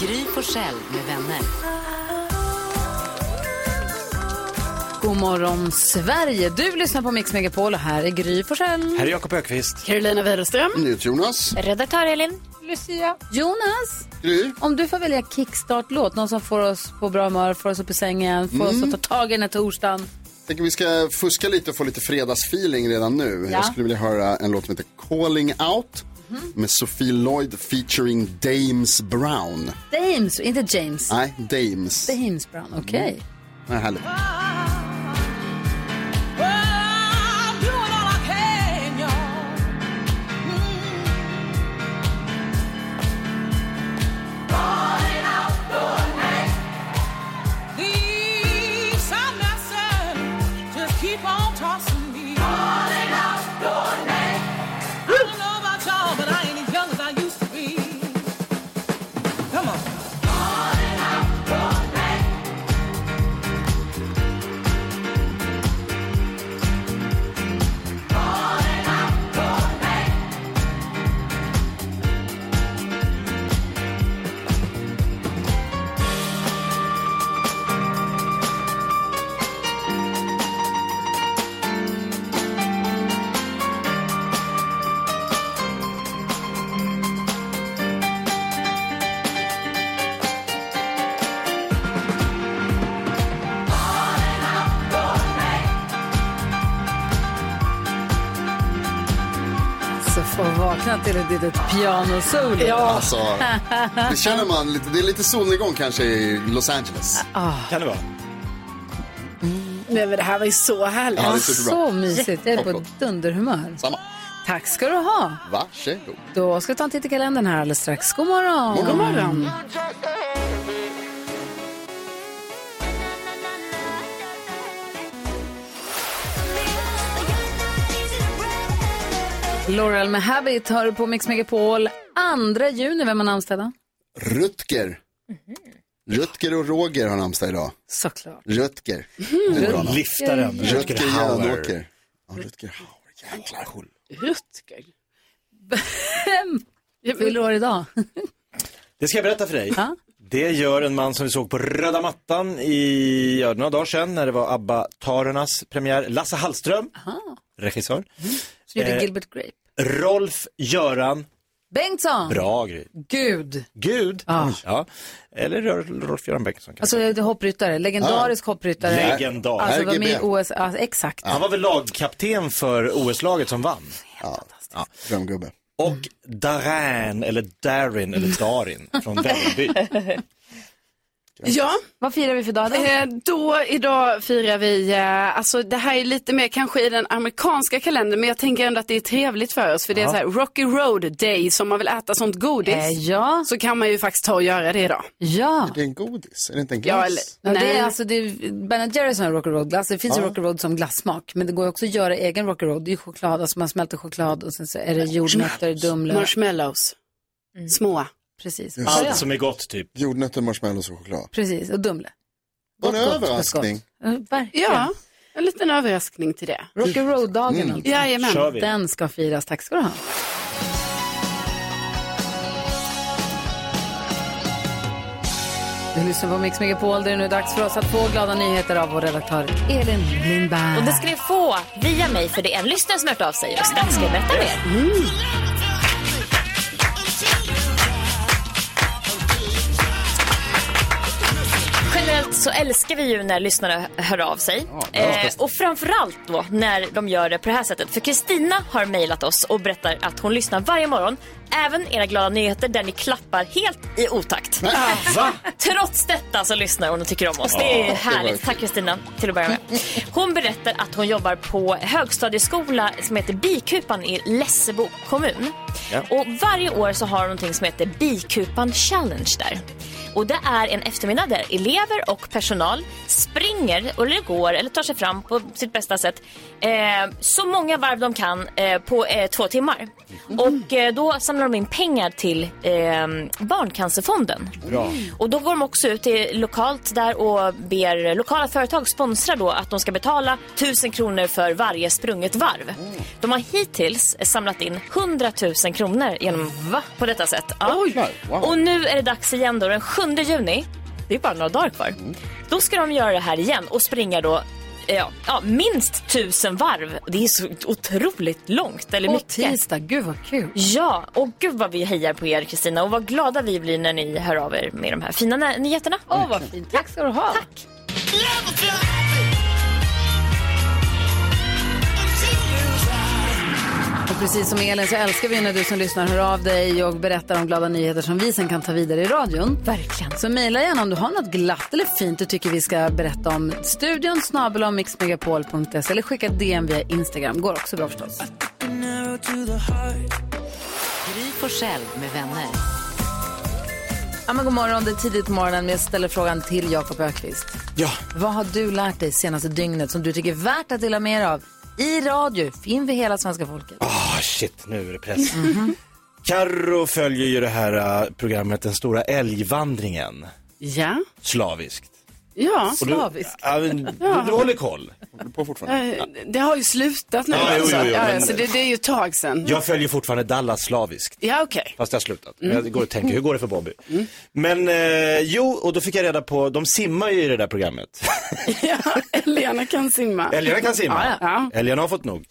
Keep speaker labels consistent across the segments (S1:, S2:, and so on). S1: Gry Forssell med vänner.
S2: God morgon Sverige! Du lyssnar på Mix Megapol och här är Gry Forssell.
S3: Här är Jakob Ökvist.
S2: Carolina Widerström.
S4: Jonas.
S2: Redaktör Elin. Lucia. Jonas.
S4: Gry.
S2: Om du får välja kickstart-låt, någon som får oss på bra humör, får oss upp i sängen, får
S4: Mm.
S2: oss att ta tag i den här torsdagen.
S4: Tänker vi ska fuska lite och få lite fredagsfeeling redan nu.
S2: Ja.
S4: Jag skulle vilja höra en låt som heter Calling Out med Sophie Lloyd featuring Dames Brown.
S2: Dames, inte James.
S4: Nej, Dames.
S2: Dames Brown,
S4: Mm.
S2: okej.
S4: Det är härligt.
S5: Keep on tossing me. Calling out your name. I don't know about y'all, but I ain't as young as I used to be. Come on.
S2: Så får vi vakna till ett litet pianosolo.
S4: Alltså, det känner man lite. Det är lite solnedgång kanske i Los Angeles.
S3: Kan det vara?
S6: Nej men det här var ju så härligt.
S4: Ja, det är superbra.
S2: Så mysigt, jag är på dunderhumör.
S4: Samma.
S2: Tack ska du ha.
S4: Varsågod.
S2: Då ska vi ta en titt i kalendern här alldeles strax. God morgon!
S4: God
S2: morgon! Laurel med Habit hör du på Mix Megapol 2 juni. Vem har namnsdag idag?
S4: Rutger. Rutger och Roger har namnsdag idag.
S2: Såklart.
S4: Rutger. Det är ett bra namn.
S3: Liftaren.
S4: Rutger Jönåker. Ja, Rutger Hauer. Jäklar.
S6: Rutger.
S2: Fyller år idag.
S3: Det ska jag berätta för dig.
S2: Ja.
S3: Det gör en man som vi såg på röda mattan i ja, några dagar sedan när det var Abba Tarornas premiär. Lasse Hallström, regissör.
S2: Som gjorde
S3: Eh.
S2: Gilbert Grape.
S3: Rolf Göran,
S2: Bengtsson!
S3: bra grej.
S2: Gud!
S3: Gud.
S2: Ah.
S3: Ja. Eller Rol- Rolf-Göran Bengtsson kanske.
S2: Alltså det är hoppryttare, legendarisk hoppryttare.
S3: Legendar.
S2: Alltså var med i
S4: RGB.
S2: OS, alltså, exakt.
S3: Han var väl lagkapten för OS-laget som vann.
S4: Drömgubbe.
S3: Och Darin, eller Darin, eller Darin från Vällingby.
S6: Ja,
S2: Vad firar vi för dag idag?
S6: eh, då idag firar vi, eh, alltså det här är lite mer kanske i den amerikanska kalendern men jag tänker ändå att det är trevligt för oss för det är så här Rocky Road Day så om man vill äta sånt godis
S2: Eh, ja.
S6: så kan man ju faktiskt ta och göra det idag.
S2: Ja.
S4: Det är en godis. Är det inte en glass?
S6: Ja, eller,
S2: Ja, det
S6: nej.
S2: är alltså, det är Ben Jerrys har en Rocky Road-glass. Det finns ju Rocky Road som glassmak. Men det går ju också att göra egen Rocky Road. Det är ju choklad, alltså man smälter choklad och sen så är det jordnötter, dumlöv.
S6: Marshmallows.
S3: Mm.
S6: Små.
S2: Precis.
S3: Allt som är gott typ.
S4: Jordnötter, marshmallows och choklad.
S2: Precis, och Dumle.
S4: Och en
S2: Gott, gott,
S4: överraskning.
S2: gott, gott. Ja, Verkligen.
S6: Ja, en liten överraskning till det.
S2: Rocky Road-dagen alltså.
S6: Jajamän.
S3: Kör vi.
S2: Den ska firas. Tack ska du ha. Du lyssnar på Mix Megapol. Det är nu dags för oss att få glada nyheter av vår redaktör Elin Lindberg.
S1: Och det ska ni få via mig för det är en lyssnare som har hört av sig och strax ska jag berätta mer. Generellt så älskar vi ju när lyssnare hör av sig. eh, och framförallt då när de gör det på det här sättet. För Kristina har mejlat oss och berättar att hon lyssnar varje morgon. Även era glada nyheter där ni klappar helt i otakt.
S3: Va?
S1: Trots detta så lyssnar hon och tycker om oss. Det är härligt.
S4: verkligen.
S1: Tack Kristina, till att börja med. Hon berättar att hon jobbar på högstadieskola som heter Bikupan i Lessebo kommun.
S3: Ja.
S1: Och varje år så har hon någonting som heter Bikupan Challenge där. Och det är en eftermiddag där elever och personal springer, eller går, eller tar sig fram på sitt bästa sätt eh, så många varv de kan eh, på eh, två timmar. Och eh, då samlar de in pengar till eh, Barncancerfonden. Och då går de också ut till lokalt där och ber lokala företag sponsra då att de ska betala 1000 kronor för varje sprunget varv. De har hittills samlat in 100 000 kronor genom, va? På detta sätt. Ja.
S4: wow.
S1: Och nu är det dags igen då, den 7 juni. Det är bara några dagar kvar. Då ska de göra det här igen och springa då Ja, ja, minst tusen varv. Det är så otroligt långt. Eller
S2: På
S1: mycket.
S2: tisdag, gud vad kul.
S1: Ja, och gud vad vi hejar på er Kristina och vad glada vi blir när ni hör av er med de här fina nä- nyheterna.
S2: Åh, vad fint. Tack ska du ha. Tack. Och precis som Elin så älskar vi när du som lyssnar hör av dig och berättar om glada nyheter som vi sen kan ta vidare i radion.
S1: Verkligen.
S2: Så mejla gärna om du har något glatt eller fint du tycker vi ska berätta om. Studion snabel om mixmegapol.se eller skicka DM via Instagram. Går också bra förstås.
S7: Gry Forssell med vänner.
S2: Ja, men god morgon, det är tidigt på morgonen men jag ställer frågan till Jakob Ökvist.
S8: Ja,
S2: Vad har du lärt dig senaste dygnet som du tycker är värt att dela med dig av i radio inför hela svenska folket?
S3: Ah, shit, nu är det press. Carro följer ju det här eh, programmet Den stora älgvandringen
S6: Ja,
S3: slaviskt.
S6: ja.
S3: Och du- Ja, men Du, du håller koll.
S4: Håller på fortfarande.
S6: Eh, Det har ju slutat nu.
S3: Ja, jo,
S6: alltså.
S3: jo, jo,
S6: ja,
S3: men-
S6: så det, det är ju ett tag sedan.
S3: Jag följer fortfarande Dallas slaviskt.
S6: Ja, okej.
S3: Fast jag har slutat. Men jag går och tänker, hur går det för Bobby? Men eh, jo, och då fick jag reda på, de simmar ju i det där programmet.
S6: Ja, Elena kan simma.
S3: Älgarna kan simma.
S6: Ja, ja.
S3: Älgarna har fått nog.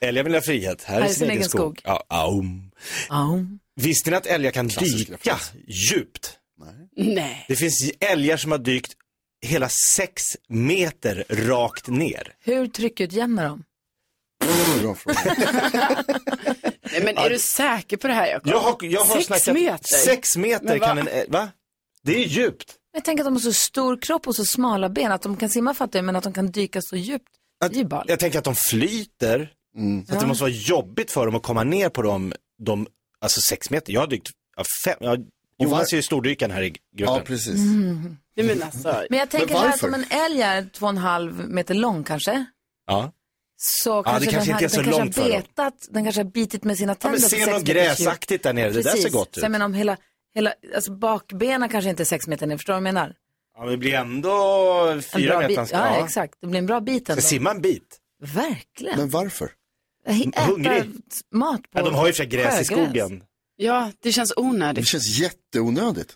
S3: Älgar vill ha frihet. Här, är sin egen skog. Ja, aum. Visste ni att älgar kan dyka djupt?
S6: Nej.
S3: Det finns älgar som har dykt hela sex meter rakt ner.
S2: Hur tryckutjämnar de?
S4: Bra fråga.
S6: Nej, Men är du säker på det här Jakob?
S3: Jag har, jag har
S6: Sex
S3: snackat,
S6: meter?
S3: Sex meter
S6: Men va?
S3: kan en ä- va? Det är djupt.
S7: Jag tänker att de har så stor kropp och så smala ben att de kan simma fattar jag, men att de kan dyka så djupt.
S3: Att,
S7: Det är Mm. ju ballt.
S3: jag tänker att de flyter, så att det måste vara jobbigt för dem att komma ner på dem, de, alltså sex meter. Jag har dykt, ja, fem, ja, Johan
S4: var-
S3: ser ju stordykaren här i gruppen.
S4: Ja, precis.
S2: Mm.
S6: Nej, men alltså,
S7: Men jag tänker här att
S4: varför?
S7: om en älg är två och en halv meter lång kanske,
S3: Ja.
S7: så
S3: det
S7: kanske,
S3: kanske
S7: den,
S3: inte
S7: här,
S3: är så
S7: den kanske
S3: långt för
S7: har
S3: dem.
S7: betat, den kanske har bitit med sina
S3: Ja,
S7: tänder
S3: men
S7: på
S3: se
S7: sex
S3: något
S7: meters djup.
S3: gräsaktigt där nere, det där ser
S7: Precis.
S3: gott ut.
S7: Så jag menar om hela, hela alltså bakbenen kanske inte är sex meter ner, förstår du vad jag menar?
S3: Ja, men det blir ändå
S7: En
S3: fyra
S7: bra
S3: meter.
S7: bit,
S3: han ska-
S7: ja,
S3: ja.
S7: exakt, det blir en bra bit
S3: Ska
S7: ändå.
S3: simma en bit.
S7: Verkligen.
S4: Men varför?
S7: H- Äta
S3: hungrig.
S7: mat på
S3: Ja, de har ju för sig gräs i
S7: sjögräs.
S3: skogen.
S6: ja, det känns
S4: Det
S6: onödigt.
S4: känns jätteonödigt.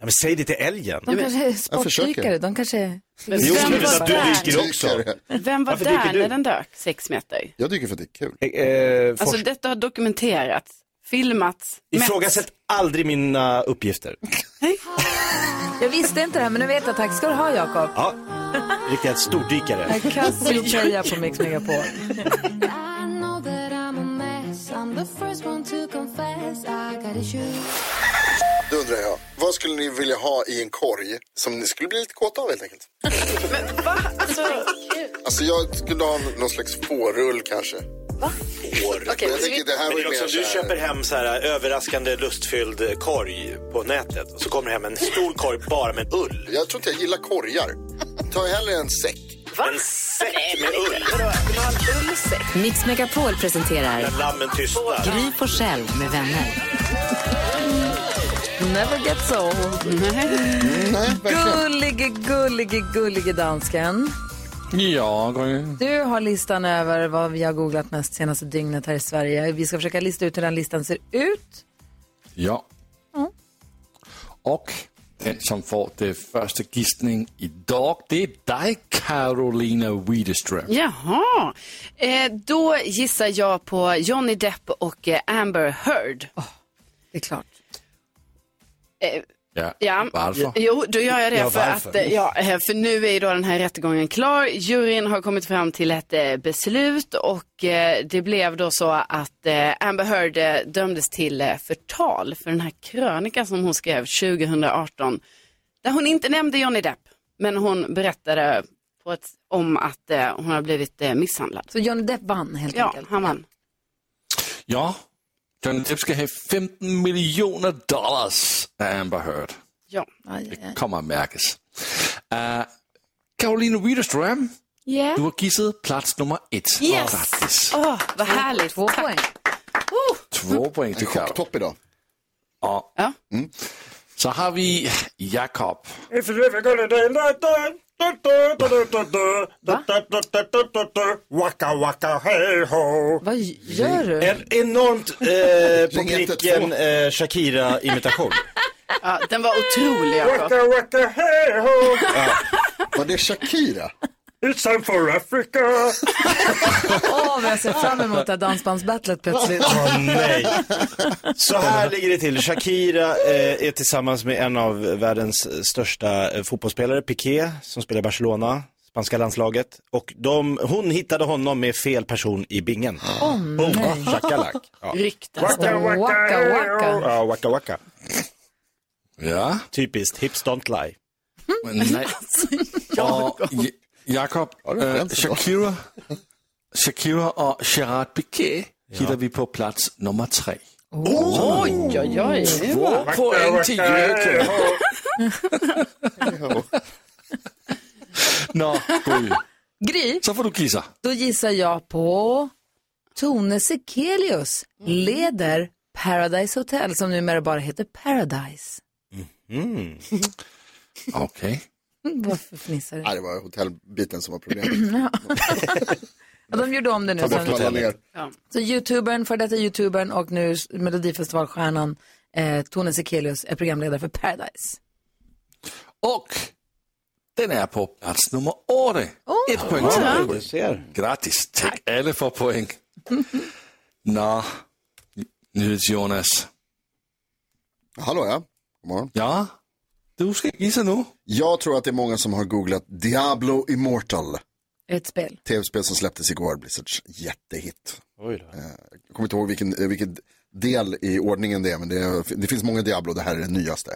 S3: Ja, men säg det till älgen.
S7: De kanske är
S4: försöker.
S7: sportdykare, de kanske är...
S6: Men
S3: Jo,
S6: vem,
S3: men
S6: var
S3: att du
S6: där,
S3: dyker också.
S4: Dykare.
S6: vem var
S3: Varför dyker
S6: där
S3: du?
S6: när den dök sex meter?
S4: Jag dyker för att det är kul.
S3: Eh, eh,
S6: Alltså
S3: forsk-
S6: detta har dokumenterats, filmats, mätts.
S3: Ifrågasätt aldrig mina uppgifter.
S7: Jag visste inte det här men nu vet jag, tack ska du ha Jakob.
S3: Ja, riktiga stordykare.
S7: Cassiopeia på Mix Megapol.
S9: Då undrar jag, vad skulle ni vilja ha i en korg som ni skulle bli lite kåta av helt enkelt? Alltså jag skulle ha någon slags fårull kanske. Men jag tänker det här var ju mer så här-
S3: hem så här överraskande lustfylld korg på nätet och så kommer hem en stor korg bara med ull.
S9: Jag tror inte jag gillar korgar. Ta hellre en säck.
S3: En säck med ull
S7: Mix Megapol presenterar
S3: lammen tystnar.
S7: Gry Forssell med vänner.
S2: Never gets old.
S4: Nej, verkligen.
S2: Gullige, gullige, gullige dansken.
S10: Ja,
S2: Du har listan över vad vi har googlat mest senaste dygnet här i Sverige. Vi ska försöka lista ut hur den listan ser ut.
S10: Ja. Och den som får det första gissning idag, det är dig Carolina Widerström.
S6: Jaha, eh, då gissar jag på Johnny Depp och eh, Amber Heard.
S2: Det är klart.
S6: Eh,
S10: Ja.
S6: Ja.
S10: Varför?
S6: Jo, då gör jag det
S3: Ja,
S6: för
S3: varför?
S6: att eh, ja, eh, för nu är ju då den här rättegången klar. Juryn har kommit fram till ett eh, beslut och eh, det blev då så att eh, Amber Heard eh, dömdes till eh, förtal för den här krönikan som hon skrev 2018 där hon inte nämnde Johnny Depp, men hon berättade på ett, om att eh, hon har blivit eh, misshandlad.
S2: Så Johnny Depp vann helt
S6: Ja,
S2: enkelt.
S6: han vann.
S10: Ja, Johnny Depp ska ha 15 miljoner dollar av Amber Heard.
S6: Ja.
S10: Det kommer att märkas. Uh, Carolina Widerström,
S6: Ja.
S10: du har gissat plats nummer ett. Grattis.
S6: Yes! Åh, vad härligt.
S2: Två poäng.
S10: Två poäng till Carro.
S9: Chocktopp idag.
S10: Ja. Mm. Så har vi Jakob.
S3: Waka waka hey ho.
S2: Vad gör du?
S3: En enormt eh, på
S9: Ring 112.
S3: pricken eh, Shakira-imitation.
S6: Ja, den var otrolig. Jakob.
S3: waka waka hey ho.
S9: Var det Shakira?
S3: It's time for Africa.
S11: Åh, vad jag ser fram emot det här dansbandsbattlet plötsligt.
S3: Åh nej. Så här ligger det till. Shakira eh, är tillsammans med en av världens största eh, fotbollsspelare, Piqué, som spelar i Barcelona, spanska landslaget. Och de, hon hittade honom med fel person i bingen.
S11: Åh,
S3: Boom,
S11: nej.
S3: shakalak. Ja.
S6: Ryktas det.
S11: Waka, waka.
S3: Ja, waka waka.
S10: Ja.
S3: Typiskt, hips don't lie.
S10: Men nej. Och Ja- Jakob,
S9: var
S10: eh,
S9: den så bra.
S10: Shakira, Shakira och Gerard Piqué hittar vi på plats nummer tre.
S6: Oj, oj, oj.
S10: Två poäng till Jöken. Nå, Gry.
S11: Gry,
S10: Så får du gissa.
S2: Då gissar jag på Tone Sekelius leder Paradise Hotel som numera bara heter Paradise.
S3: Mm.
S10: Mhm. Okej.
S2: Mm, Varför fnissar du?
S9: Nej, det var hotellbiten som var problemet.
S2: Ja, de gjorde om det nu.
S9: Ta bort
S2: Så,
S9: alla ner.
S2: så youtubern, för detta youtubern och nu s- melodifestivalstjärnan eh, Tone Sekelius är programledare för Paradise.
S10: Och den är på plats nummer åtta. Ett poäng till dig.
S3: Du ser.
S5: Mm.
S10: Grattis till alla får poäng. Nå, Jonas.
S9: Hallå ja, god morgon.
S10: Ja, du ska gissa nu.
S9: Jag tror att det är många som har googlat Diablo Immortal.
S2: Ett spel.
S9: Tv-spel som släpptes igår, Blizzards jättehit. Eh,
S3: Oj då.
S9: Jag kommer inte ihåg vilken, eh, vilken del i ordningen det är, men det, är, det finns många Diablo, det här är den nyaste.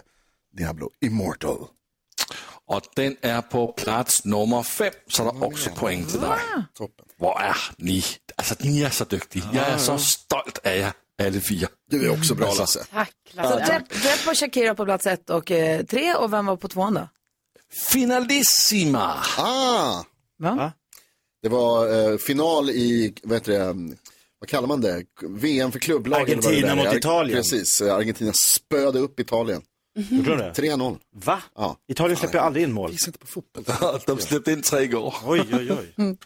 S9: Diablo Immortal.
S10: Och den är på plats nummer fem, så det är också poäng till dig.
S9: Toppen.
S10: Var är ni? Alltså, ni är så duktiga. Jag är så stolt av er, alla fyra.
S9: Du är också bra Lasse.
S6: Tack,
S2: Så
S6: Lasse.
S2: Depp, Depp och Shakira på plats ett och eh, tre och vem var på tvåan då?
S10: Finalissima!
S9: Ah,
S2: Va?
S9: det var eh, final i, vad heter det, vad kallar man det? VM för klubblag. eller vad det
S3: Argentina
S9: där är.
S3: mot Italien.
S9: Precis, eh, Argentina spöade upp Italien.
S3: Du glömde det?
S9: 3-0.
S3: Va?
S9: Ja.
S3: Italien släpper ju aldrig in mål.
S9: Gissa inte på fotboll.
S10: De släppte in tre igår.
S3: Oj, oj, oj.
S5: Mm.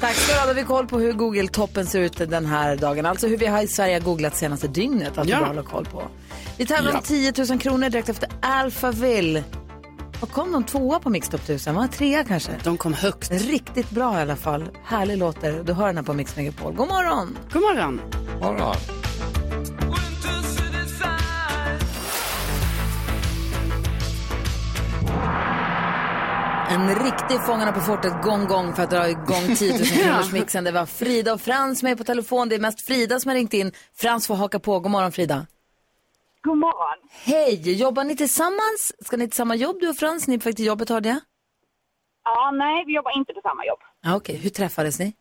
S2: Tack så då har vi koll på hur Google-toppen ser ut den här dagen. Alltså hur vi har i Sverige har googlat senaste dygnet. Att vi
S6: Ja.
S2: bara håller koll på. Vi tävlar om 10 000 kronor direkt efter Alphaville. Och kom de tvåa på Mix Top 1000? Var det trea kanske?
S6: De kom högt.
S2: Riktigt bra i alla fall. Härlig låt där. Du hör den här på Mix Megapol. God morgon!
S6: God morgon.
S10: Alright.
S2: En riktig Fångarna på fortet gång gång för att dra igång 10 000 kronors mixen. Det var Frida och Frans med på telefon. Det är mest Frida som har ringt in. Frans får haka på. God morgon Frida.
S5: God morgon.
S2: Hej! Jobbar ni tillsammans? Ska ni till samma jobb du och Frans? Ni är på väg till jobbet hörde jag.
S5: Ja, nej, vi jobbar inte på samma jobb.
S2: Ah, Okej, hur träffades ni?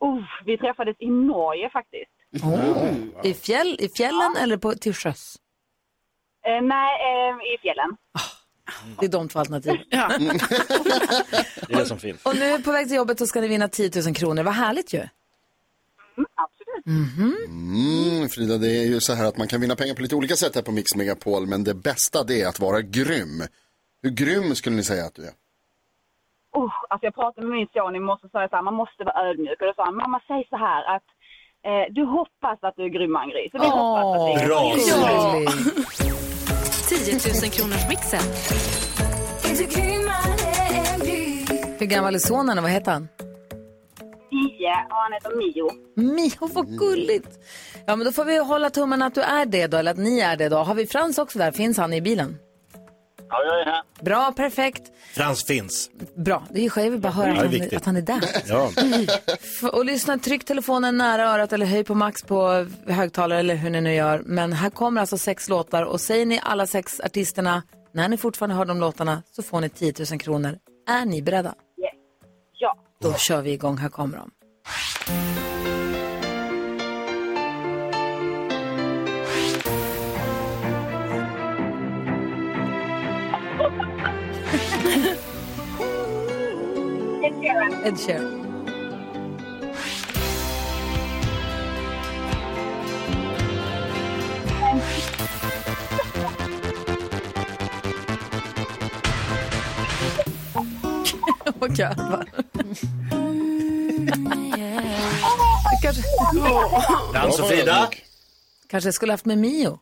S5: Oh, vi träffades i Norge faktiskt.
S2: I, fjäll, i fjällen eller på, till sjöss?
S5: Eh, nej, eh, i fjällen.
S2: Det är de två alternativen.
S3: Det är det som finns.
S2: Och nu på väg till jobbet så ska ni vinna 10 000 kronor. Vad härligt ju.
S5: Mm, absolut.
S9: Mm, Frida, det är ju så här att man kan vinna pengar på lite olika sätt här på Mix Megapol, men det bästa det är att vara grym. Hur grym skulle ni säga att du är?
S5: Oh, alltså jag pratade med min son i morse och sa jag så här, man måste vara ödmjuk. Och då sa han, mamma säg så här att eh, du hoppas att du är grym Angri. Så vi hoppas att det är
S3: Bra.
S2: Ja.
S11: 10 000 kronors mixen.
S2: Hur gammal är sonen och vad heter han?
S5: 10 och han heter Mio.
S2: Mio, vad gulligt. Ja, men då får vi hålla tummen att du är det då, eller att ni är det då. Har vi Frans också där? Finns han i bilen?
S5: Ja, jag är här.
S2: Bra, perfekt.
S3: Frans finns.
S2: Bra, det är ju skönt. Jag vill bara höra
S3: det är
S2: att, han,
S3: viktigt.
S2: att han är där.
S3: Ja.
S2: F- Och lyssna, tryck telefonen nära örat eller höj på max på högtalare eller hur ni nu gör. Men här kommer alltså sex låtar och säger ni alla sex artisterna när ni fortfarande hör de låtarna så får ni 10 000 kronor. Är ni beredda?
S5: Ja.
S2: Då kör vi igång, här kommer de. Ed Sheeran. Vad kul, va? Kanske...
S3: Dans och Frida.
S2: Kanske jag skulle haft med Mio.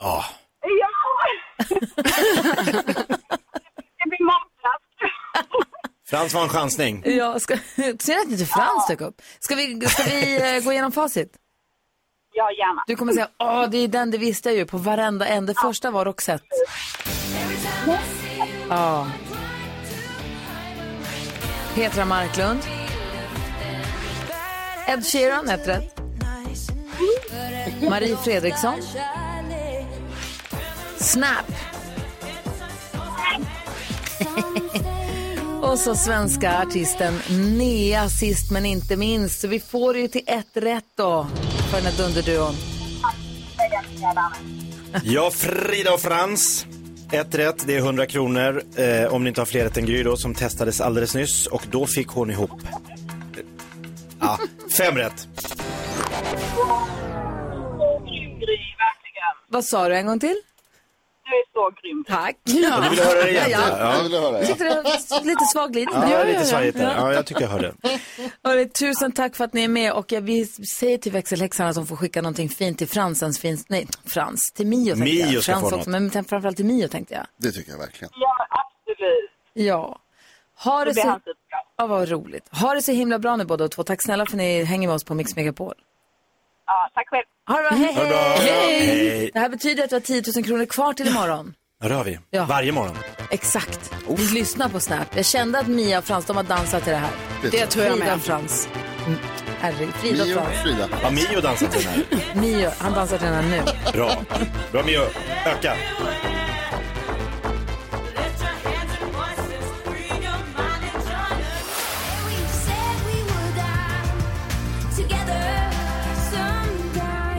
S3: Ja.
S12: Ja! det blir matplats.
S3: Frans var en chansning.
S2: Ja, ska... Ser att inte Frans dök upp? Ska vi, ska vi eh, gå igenom facit?
S12: Ja, gärna.
S2: Du kommer säga, åh, det är den, det visste jag ju, på varenda en. Det första var Roxette. Ja. Petra Marklund. Ed Sheeran, ett rätt. Marie Fredriksson. Snap. Och så svenska artisten Nea sist men inte minst. Så vi får det ju till ett rätt då för den här dunderduon.
S3: Ja, Frida och Frans. Ett rätt, det är 100 kronor. Eh, om ni inte har fler rätt än Gry då, som testades alldeles nyss. Och då fick hon ihop... eh, Ja, fem rätt.
S2: Vad sa du en gång till?
S12: Du är så grym.
S2: Tack.
S3: Ja. Du ville höra det igen?
S2: Ja.
S3: Ja.
S4: Jag ville höra det.
S2: Tyckte det var lite svag glidning
S3: Ja,
S2: där.
S3: lite svajigt där. Ja, jag tycker jag hörde.
S2: Hörru, tusen tack för att ni är med och jag, vi säger till växelhäxan att de får skicka någonting fint till Fransens finst, nej Frans, till Mio tänkte
S4: Mio
S2: jag.
S4: ska
S2: Frans
S4: få något.
S2: också, men framförallt till Mio tänkte jag.
S4: Det tycker jag verkligen.
S12: Absolut.
S2: Ja. Ha det
S12: Det blir
S2: så...
S12: hans
S2: Ja, vad roligt. Ha det så himla bra nu båda två. Tack snälla för att ni hänger med oss på Mix Megapol.
S12: Ja, tack själv.
S2: Ha det bra, hej
S3: Ha det bra.
S2: hej!
S3: Hej.
S2: Det här betyder att vi har 10 000 kronor kvar till imorgon.
S3: Ja, det har vi.
S2: Ja.
S3: Varje morgon.
S2: Exakt. Vi lyssnar på Snap. Jag kände att Mia och Frans, de har dansat till det här.
S3: Det tror jag.
S2: Frida
S3: med.
S2: och Frans. Mm, Herregud, Frida och Frans.
S4: Frida.
S3: Ja, Mio dansar till den här.
S2: Mio, han dansar till den här nu.
S3: Bra. Bra Mio. Öka.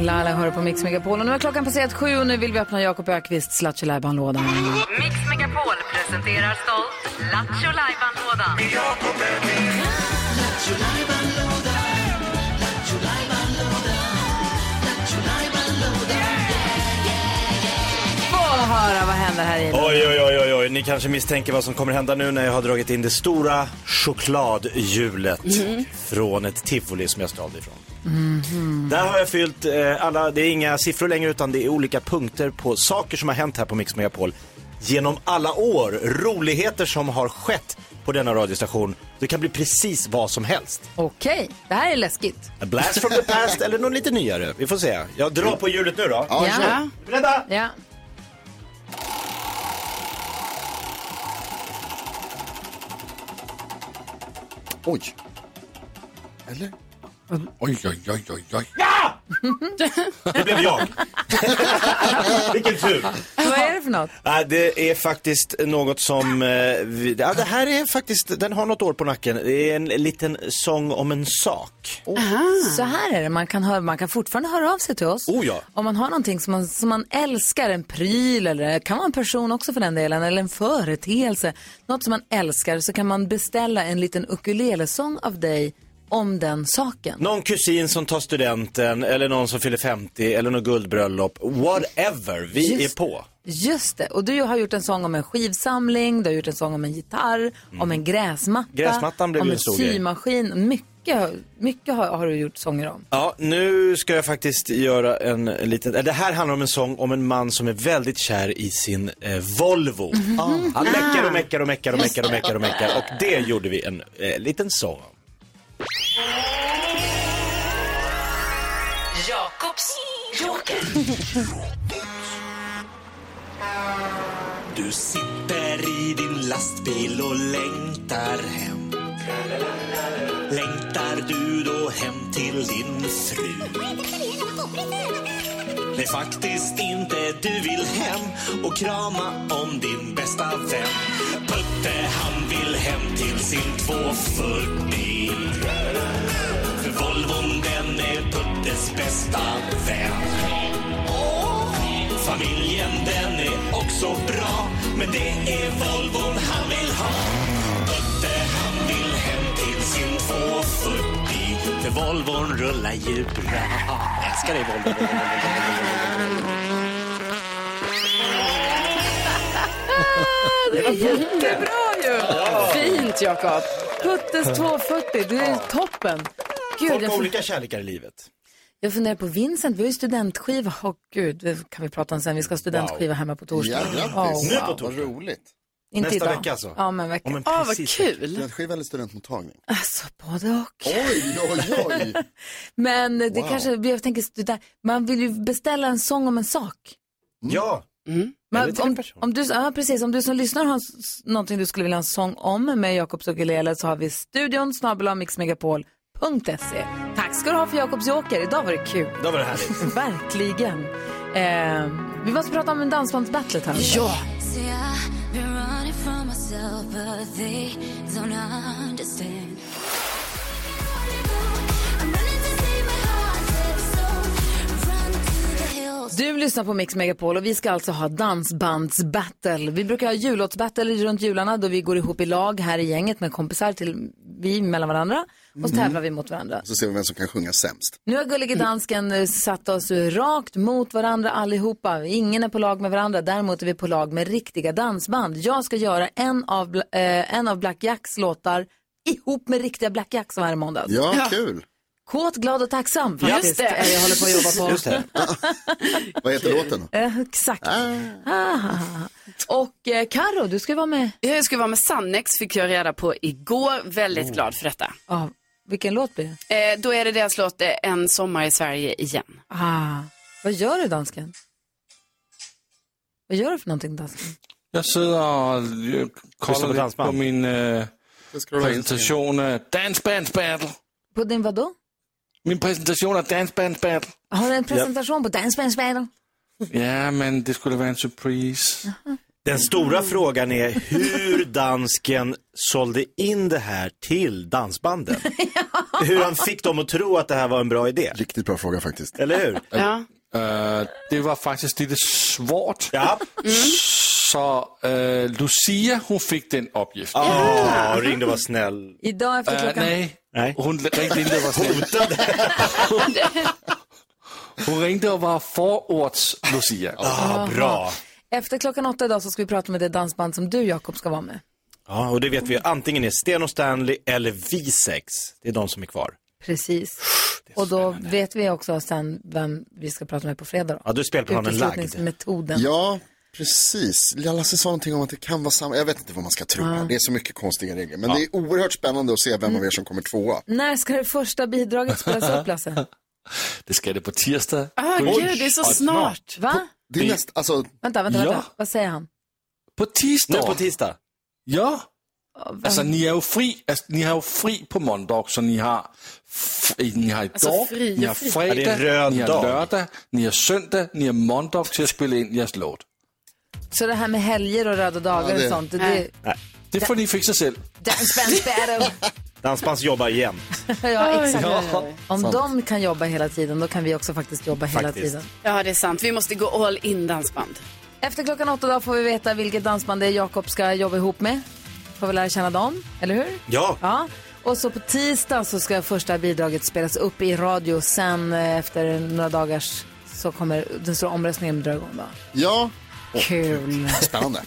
S2: Lala hör på Mix Megapol och nu har klockan passerat sju och nu vill vi öppna Jakob Ökvists Lattjo lådan
S5: Mix Megapol presenterar stolt Lattjo Lajban-lådan.
S2: Få höra vad händer här inne.
S3: Oj, oj, oj, oj, oj. Ni kanske misstänker vad som kommer hända nu när jag har dragit in det stora chokladhjulet
S2: Mhm.
S3: från ett tivoli som jag stal ifrån. Mhm. Där har jag fyllt eh, alla, det är inga siffror längre utan det är olika punkter på saker som har hänt här på Mix Megapol genom alla år. Roligheter som har skett på denna radiostation. Det kan bli precis vad som helst.
S2: Okej, det här är läskigt.
S3: A blast from the past eller något lite nyare. Vi får se. Jag drar på hjulet nu då. Beredda?
S2: Ja.
S4: Oj. Eller?
S10: Oj, oj, oj, oj, oj.
S3: Det blev jag. Vilken tur.
S2: Vad är det för något?
S3: Ja, det är faktiskt något som, eh, vi, ja, det här är faktiskt, den har något år på nacken. Det är en liten sång om en sak.
S2: Så här är det, man kan, höra, man kan fortfarande höra av sig till oss.
S3: Oh ja.
S2: Om man har någonting som man, som man älskar, en pryl eller det kan vara en person också för den delen, eller en företeelse, något som man älskar, så kan man beställa en liten ukulelesång av dig om den saken.
S3: Någon kusin som tar studenten eller någon som fyller 50 eller något guldbröllop. Whatever, vi
S2: Just-
S3: är på.
S2: Just det, och du har gjort en sång om en skivsamling, du har gjort en sång om en gitarr, om en gräsmatta,
S3: Mm. Gräsmattan blev
S2: om
S3: ju
S2: en
S3: en stor grej.
S2: symaskin. Mycket, mycket har, har du gjort sånger om.
S3: Ja, nu ska jag faktiskt göra en liten, äh, det här handlar om en sång om en man som är väldigt kär i sin eh, Volvo.
S2: Mm-hmm.
S5: Mhm.
S2: Ah.
S3: Han meckar och meckar och meckar och meckar och meckar och meckar och det gjorde vi en eh, liten sång om.
S5: Jakobs joker.
S13: Du sitter i din lastbil och längtar hem Längtar du då hem till din fru? Det är faktiskt inte du vill hem och krama om din bästa vän Putte han vill hem till sin 240 För Volvon den är Puttes bästa vän Familjen den är också bra Men det är Volvon han vill ha Putte han vill hem till sin För Volvon rullar ju bra. Jag älskar dig Volvo.
S2: Det är jättebra ju!
S6: Fint Jakob.
S2: Puttes 240, du är toppen. Gud,
S3: Folk
S2: jag,
S3: har
S2: fun-
S3: olika kärlekar i livet.
S2: jag funderar på Vincent, vi har ju studentskiva. Åh gud, det kan vi prata om sen. Vi ska ha studentskiva hemma på torsdag. Åh,
S4: nu
S2: wow.
S4: på torsdag. Vad roligt.
S2: Inte idag.
S3: alltså.
S2: Ja, om en vecka. Åh, vad kul.
S4: Studentskiva eller studentmottagning?
S2: Alltså, både och.
S4: Oj, oj, oj.
S2: Men det
S4: Wow.
S2: kanske, jag tänker, student- man vill ju beställa en sång om en sak.
S3: Mm. Ja.
S10: Mm.
S2: Men om, om, du, ja, precis, om du som lyssnar har s- s- någonting du skulle vilja ha en sång om med Jakobs ukulele så har vi studion snabel mixmegapol.se. Tack ska du ha för Jakobs joker, idag var det kul.
S3: Då var det härligt.
S2: Verkligen. Eh, vi måste prata om en dansbandsbattlet här.
S14: Yeah. See, I've been running from myself, but they don't understand.
S2: Du lyssnar på Mix Megapol och vi ska alltså ha dansbandsbattle. Vi brukar ha jullåtsbattle runt jularna då vi går ihop i lag här i gänget med kompisar till vi mellan varandra och så
S4: Mm.
S2: tävlar vi mot varandra.
S4: Så ser vi vem som kan sjunga sämst.
S2: Nu har Gullige Dansken eh, satt oss rakt mot varandra allihopa. Ingen är på lag med varandra, däremot är vi på lag med riktiga dansband. Jag ska göra en av, Bla- eh, en av Black Jacks låtar ihop med riktiga Black Jacks som var här i måndags.
S4: Ja, kul.
S2: Kåt, glad och tacksam
S4: Ja.
S2: faktiskt.
S4: Just det.
S2: är det Jag håller på att jobba på.
S4: Just det. Vad heter låten? då?
S2: Eh, exakt. Ah. Och eh, Karo, du ska vara med.
S6: Jag ska vara med Sannex fick jag reda på igår.
S2: Mm.
S6: Väldigt glad för detta.
S2: Ja, vilken låt blir det?
S6: Eh, då är det deras låt eh, En sommar i Sverige igen.
S2: Ah. Vad gör du dansken? Vad gör du för någonting dansken?
S10: Jag sidder og øh,
S3: på
S10: kolder lidt på
S3: dansband.
S10: min øh,
S4: du have
S10: præsentation af Dance Bands Battle.
S2: På din vadå?
S10: Min præsentation af Dance Bands Battle.
S2: Har du en presentation på Dance Dance Battle?
S10: Ja, men det skulle være en surprise.
S3: Den stora frågan är hur dansken sålde in det här till dansbanden. Hur han fick dem att tro att det här var en bra idé.
S4: Riktigt bra fråga faktiskt.
S3: Eller hur?
S6: Ja.
S10: Øh, det var faktisk lidt svårt. Ja. Så øh, Mm. Lucia, hun fik den opgift.
S3: Åh, Ja. Ah, ringde var snäll.
S2: Idag efter klockan...
S10: Eh, nej. Hon ringde inte och var snäll. Hon ringde och var förorts-Lucia.
S3: Ah, bra.
S2: Efter klockan åtta idag så ska vi prata med det dansband som du, Jakob, ska vara med.
S3: Ja, och det vet vi antingen är Sten och Stanley eller vi sex. Det är de som är kvar.
S2: Precis. Och då vet vi också sen vem vi ska prata med på fredag. Då.
S3: Ja, du spelar på planen lagd.
S2: Uteslutningsmetoden.
S4: Ja, precis. Lasse sa någonting om att det kan vara samma. Jag vet inte vad man ska tro.
S2: Ja.
S4: här. Det är så mycket konstiga regler. Men det är oerhört spännande att se vem
S15: Mm.
S4: av er som kommer tvåa.
S2: När ska det första bidraget spelas upp, Lasse?
S10: Det ska det på tisdag.
S2: Ah, gud, det är så snart. Va?
S4: Det är näst, alltså,
S2: Vänta, vänta, vänta.
S10: Ja.
S2: Vad säger han?
S10: På tisdag.
S3: Nu på tisdag.
S10: Ja. Alltså ni är ju fri, alltså, ni har ju fri på måndag så ni har, f- ni har idag,
S13: Alltså, fri och
S10: ni har
S13: fri.
S10: fredag,
S13: Ja, det är en röd
S10: ni har
S13: dag.
S10: lördag, ni har söndag, ni har måndag till att spela in deras låt.
S2: Så det här med helger och röda dagar och sånt. Det, det,
S3: Nej.
S10: Det får ni fixa själv.
S2: dance Dance battle.
S3: Dansbands jobbar igen.
S2: ja, exakt.
S3: Ja.
S2: Om
S3: Sant.
S2: de kan jobba hela tiden, då kan vi också faktiskt jobba hela
S3: Faktiskt.
S2: tiden.
S6: Ja, det är sant. Vi måste gå all in dansband.
S2: Efter klockan åtta då får vi veta vilket dansband det är Jakob ska jobba ihop med. Får vi lära känna dem, eller hur?
S3: Ja.
S2: Ja. Och så på tisdag så ska första bidraget spelas upp i radio. Sen eh, efter några dagars så kommer den stora omröstningen dra igång. Då.
S4: Ja.
S2: Kul.
S4: Spännande.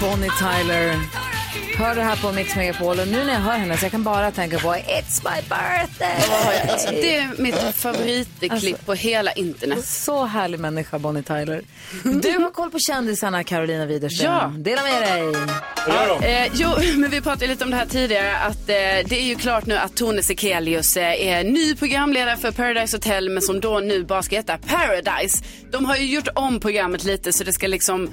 S2: Bonnie Tyler. Hör det här på Mix Megapol och nu när jag hör henne så jag kan bara tänka på It's my birthday!
S6: alltså, Det är mitt favoritklipp på hela internet.
S2: Så härlig människa Bonnie Tyler. Du har koll på kändisarna Carolina Widerström.
S6: Ja.
S2: Dela med dig.
S6: Ja, eh, jo, men vi pratade lite om det här tidigare att eh, det är ju klart nu att Tone Sekelius eh, är ny programledare för Paradise Hotel men som då nu bara ska heta Paradise. De har ju gjort om programmet lite så det ska liksom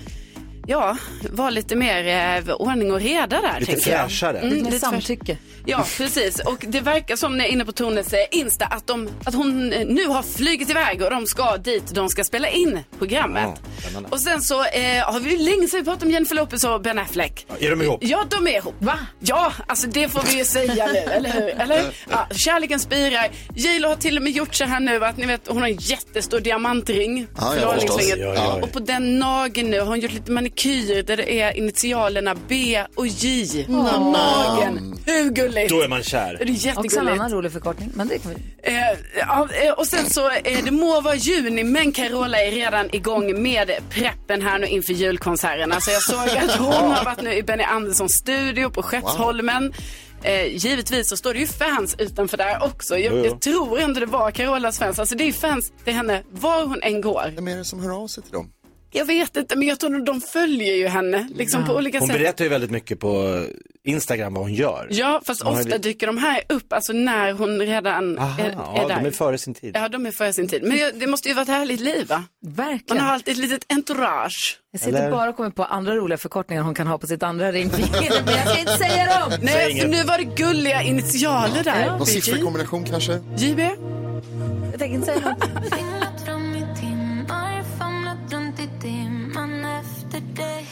S6: Ja, var lite mer eh, ordning och reda där.
S3: Lite
S6: tänker jag. Mm,
S3: fräschare.
S2: Lite mer
S6: fräsch-
S2: samtycke.
S6: Ja, precis. Och det verkar som när jag är inne på Tones eh, Insta att, de, att hon eh, nu har flugit iväg och de ska dit de ska spela in programmet. Och sen så eh, har vi ju länge sedan vi pratat om Jennifer Lopez och Ben Affleck.
S3: Är de ihop?
S6: Ja, de är ihop. Va? Ja, alltså det får vi ju säga nu, eller hur? Eller? hur? Ja, kärleken spirar. J.Lo har till och med gjort så här nu att ni vet, hon har en jättestor diamantring.
S4: Ja, ja,
S6: förlovningsringen.
S4: förstås. Ja, ja, ja.
S6: Och på den nageln nu har hon gjort lite manikyr där det är initialerna B och J på
S2: Mm.
S6: nageln. Hur gulligt?
S3: Då är man kär.
S6: Det är
S2: Också en
S6: jättegulligt.
S2: annan rolig förkortning, men det kan vi...
S6: Eh, ja, eh, och sen så, eh, det må vara juni, men Carola är redan igång med preppen här nu inför julkonserten. Alltså jag såg att hon har varit nu i Benny Anderssons studio på Skeppsholmen. Eh, givetvis så står det ju fans utanför där också.
S4: Jo, jo.
S6: Jag, jag tror ändå det var Carolas fans. Alltså det är ju fans till henne var hon än går.
S4: Vem är det som hör av sig till dem?
S6: Jag vet inte, men jag tror nog de följer ju henne liksom på olika
S3: Hon
S6: sätt.
S3: berättar ju väldigt mycket på Instagram vad hon gör.
S6: Ja, fast
S3: Hon har
S6: ofta
S3: ju-
S6: dyker de här upp alltså när hon redan
S3: Aha,
S6: är, är
S3: ja,
S6: där.
S3: de är före sin tid.
S6: Ja, de är före sin tid. Men jag, det måste ju vara ett härligt liv, va?
S2: Verkligen.
S6: Man har alltid ett litet entourage.
S2: Jag sitter bara och kommer på andra roliga förkortningar hon kan ha på sitt andra ringfinger, men jag ska inte säga dem.
S6: Nej, alltså, nu var det gulliga initialer där.
S4: Någon sifferkombination kanske?
S6: JB?
S2: Jag tänker inte säga något.
S14: Vinglat om i timmar, famlat runt i dimman efter dig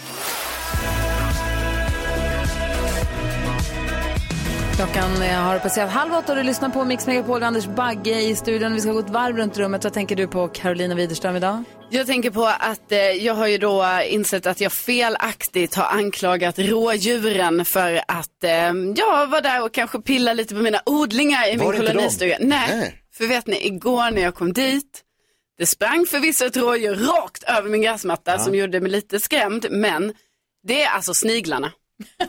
S2: Klockan eh, har passerat halv åtta och du lyssnar på Mix Megapol och Anders Bagge i studion. Vi ska gå ett varv runt rummet. Vad tänker du på Carolina Widerström idag?
S6: Jag tänker på att eh, jag har ju då eh, insett att jag felaktigt har anklagat rådjuren för att eh, jag var där och kanske pilla lite på mina odlingar i
S5: Var det
S6: min
S5: inte
S6: kolonistuga.
S5: de?
S6: Nej.
S5: Nej.
S6: för vet ni, igår när jag kom dit, det sprang förvisso ett rådjur rakt över min gräsmatta
S5: Ja.
S6: som gjorde mig lite skrämd, men det är alltså sniglarna.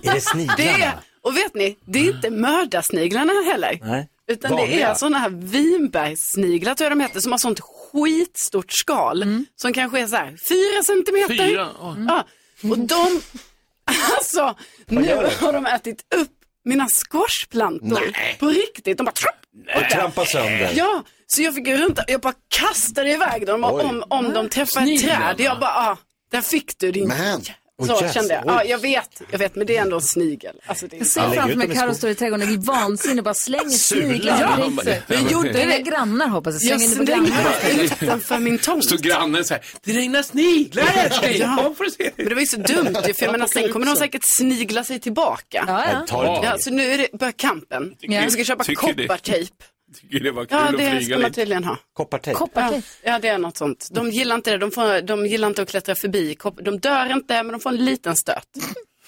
S3: Är det sniglarna?
S6: Det är, och vet ni, det är inte mördarsniglarna heller.
S3: Nej.
S6: Utan det
S3: Vanliga.
S6: är sådana här vinbergssniglar tror jag de heter som har sånt skitstort skal
S3: Mm.
S6: som kanske är så här fyra centimeter. Mm.
S5: Fyra, oj.
S6: Ja. Och de, alltså
S5: gör
S6: nu
S5: de?
S6: har de ätit upp mina squashplantor
S5: Nej.
S6: på riktigt. De bara trupp,
S3: Och trampa sönder.
S6: Ja, så jag fick gå runt och jag bara kastade iväg dem och
S3: Oj.
S6: om, om de träffade ett
S3: Sniglarna.
S6: träd. Jag bara, ah, där fick du din...
S4: Man.
S6: Så
S3: Oh, yes.
S6: kände jag.
S3: Oj.
S6: Ja, jag vet, jag vet, men det är ändå en snigel. Alltså, det är...
S2: Jag ser framför mig Carro står i trädgården och är vansinnig och bara slänger
S6: Sula.
S2: sniglar
S6: Ja,
S2: omkring sig.
S6: men jag gjorde
S2: Dina
S6: det.
S2: grannar hoppas jag.
S6: Jag
S2: Slänger ni på
S6: slängde
S2: grannarna?
S6: utanför min tomt.
S16: Så grannen säger, det regnar sniglar älskling,
S6: Ja.
S16: kom får du se.
S6: Men det var ju så dumt ju, för jag menar, sen kommer de säkert snigla sig tillbaka.
S16: ja. Ja, ta det.
S6: så nu är det, börjar kampen.
S16: Tycker-
S6: Jag ska köpa
S16: tycker det.
S6: koppartejp.
S16: Tycker det var kul
S6: Ja,
S16: att
S6: det
S16: flyga
S6: ska man
S16: lite.
S6: tydligen ha.
S3: Koppartejp.
S6: Ja, ja, det är något sånt. De gillar inte det. De, får, de gillar inte att klättra förbi. kopp- De dör inte, men de får en liten stöt.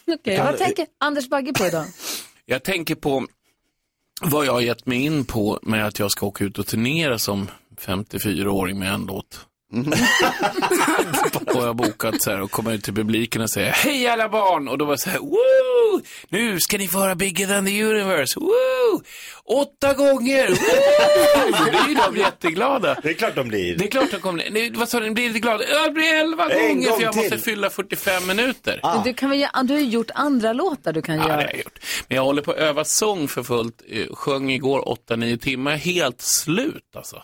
S2: Okej, Vad tänker Anders Bagge på idag?
S16: Jag tänker på vad jag har gett mig in på med att jag ska åka ut och turnera som 54-åring med en låt.
S3: Mm.
S16: och jag har bokat så här och kommer ut till publiken och säger Hej alla barn! Och då var jag så här Woo! Nu ska ni få höra Bigger than the universe! Woo! Åtta gånger! Woo! Då blir de jätteglada.
S3: Det är klart de blir.
S16: Det är klart de kommer. Nu, vad sa du, ni blir lite glada? Jag blir elva
S3: En
S16: gånger
S3: gång
S16: för jag måste
S3: till.
S16: fylla 45 minuter.
S2: Du, kan väl, göra- du har ju gjort andra låtar du kan
S16: Ja, det har
S2: göra.
S16: jag gjort. Men jag håller på att öva sång för fullt. Eh, Sjöng igår 8-9 timmar. Jag är Helt slut alltså.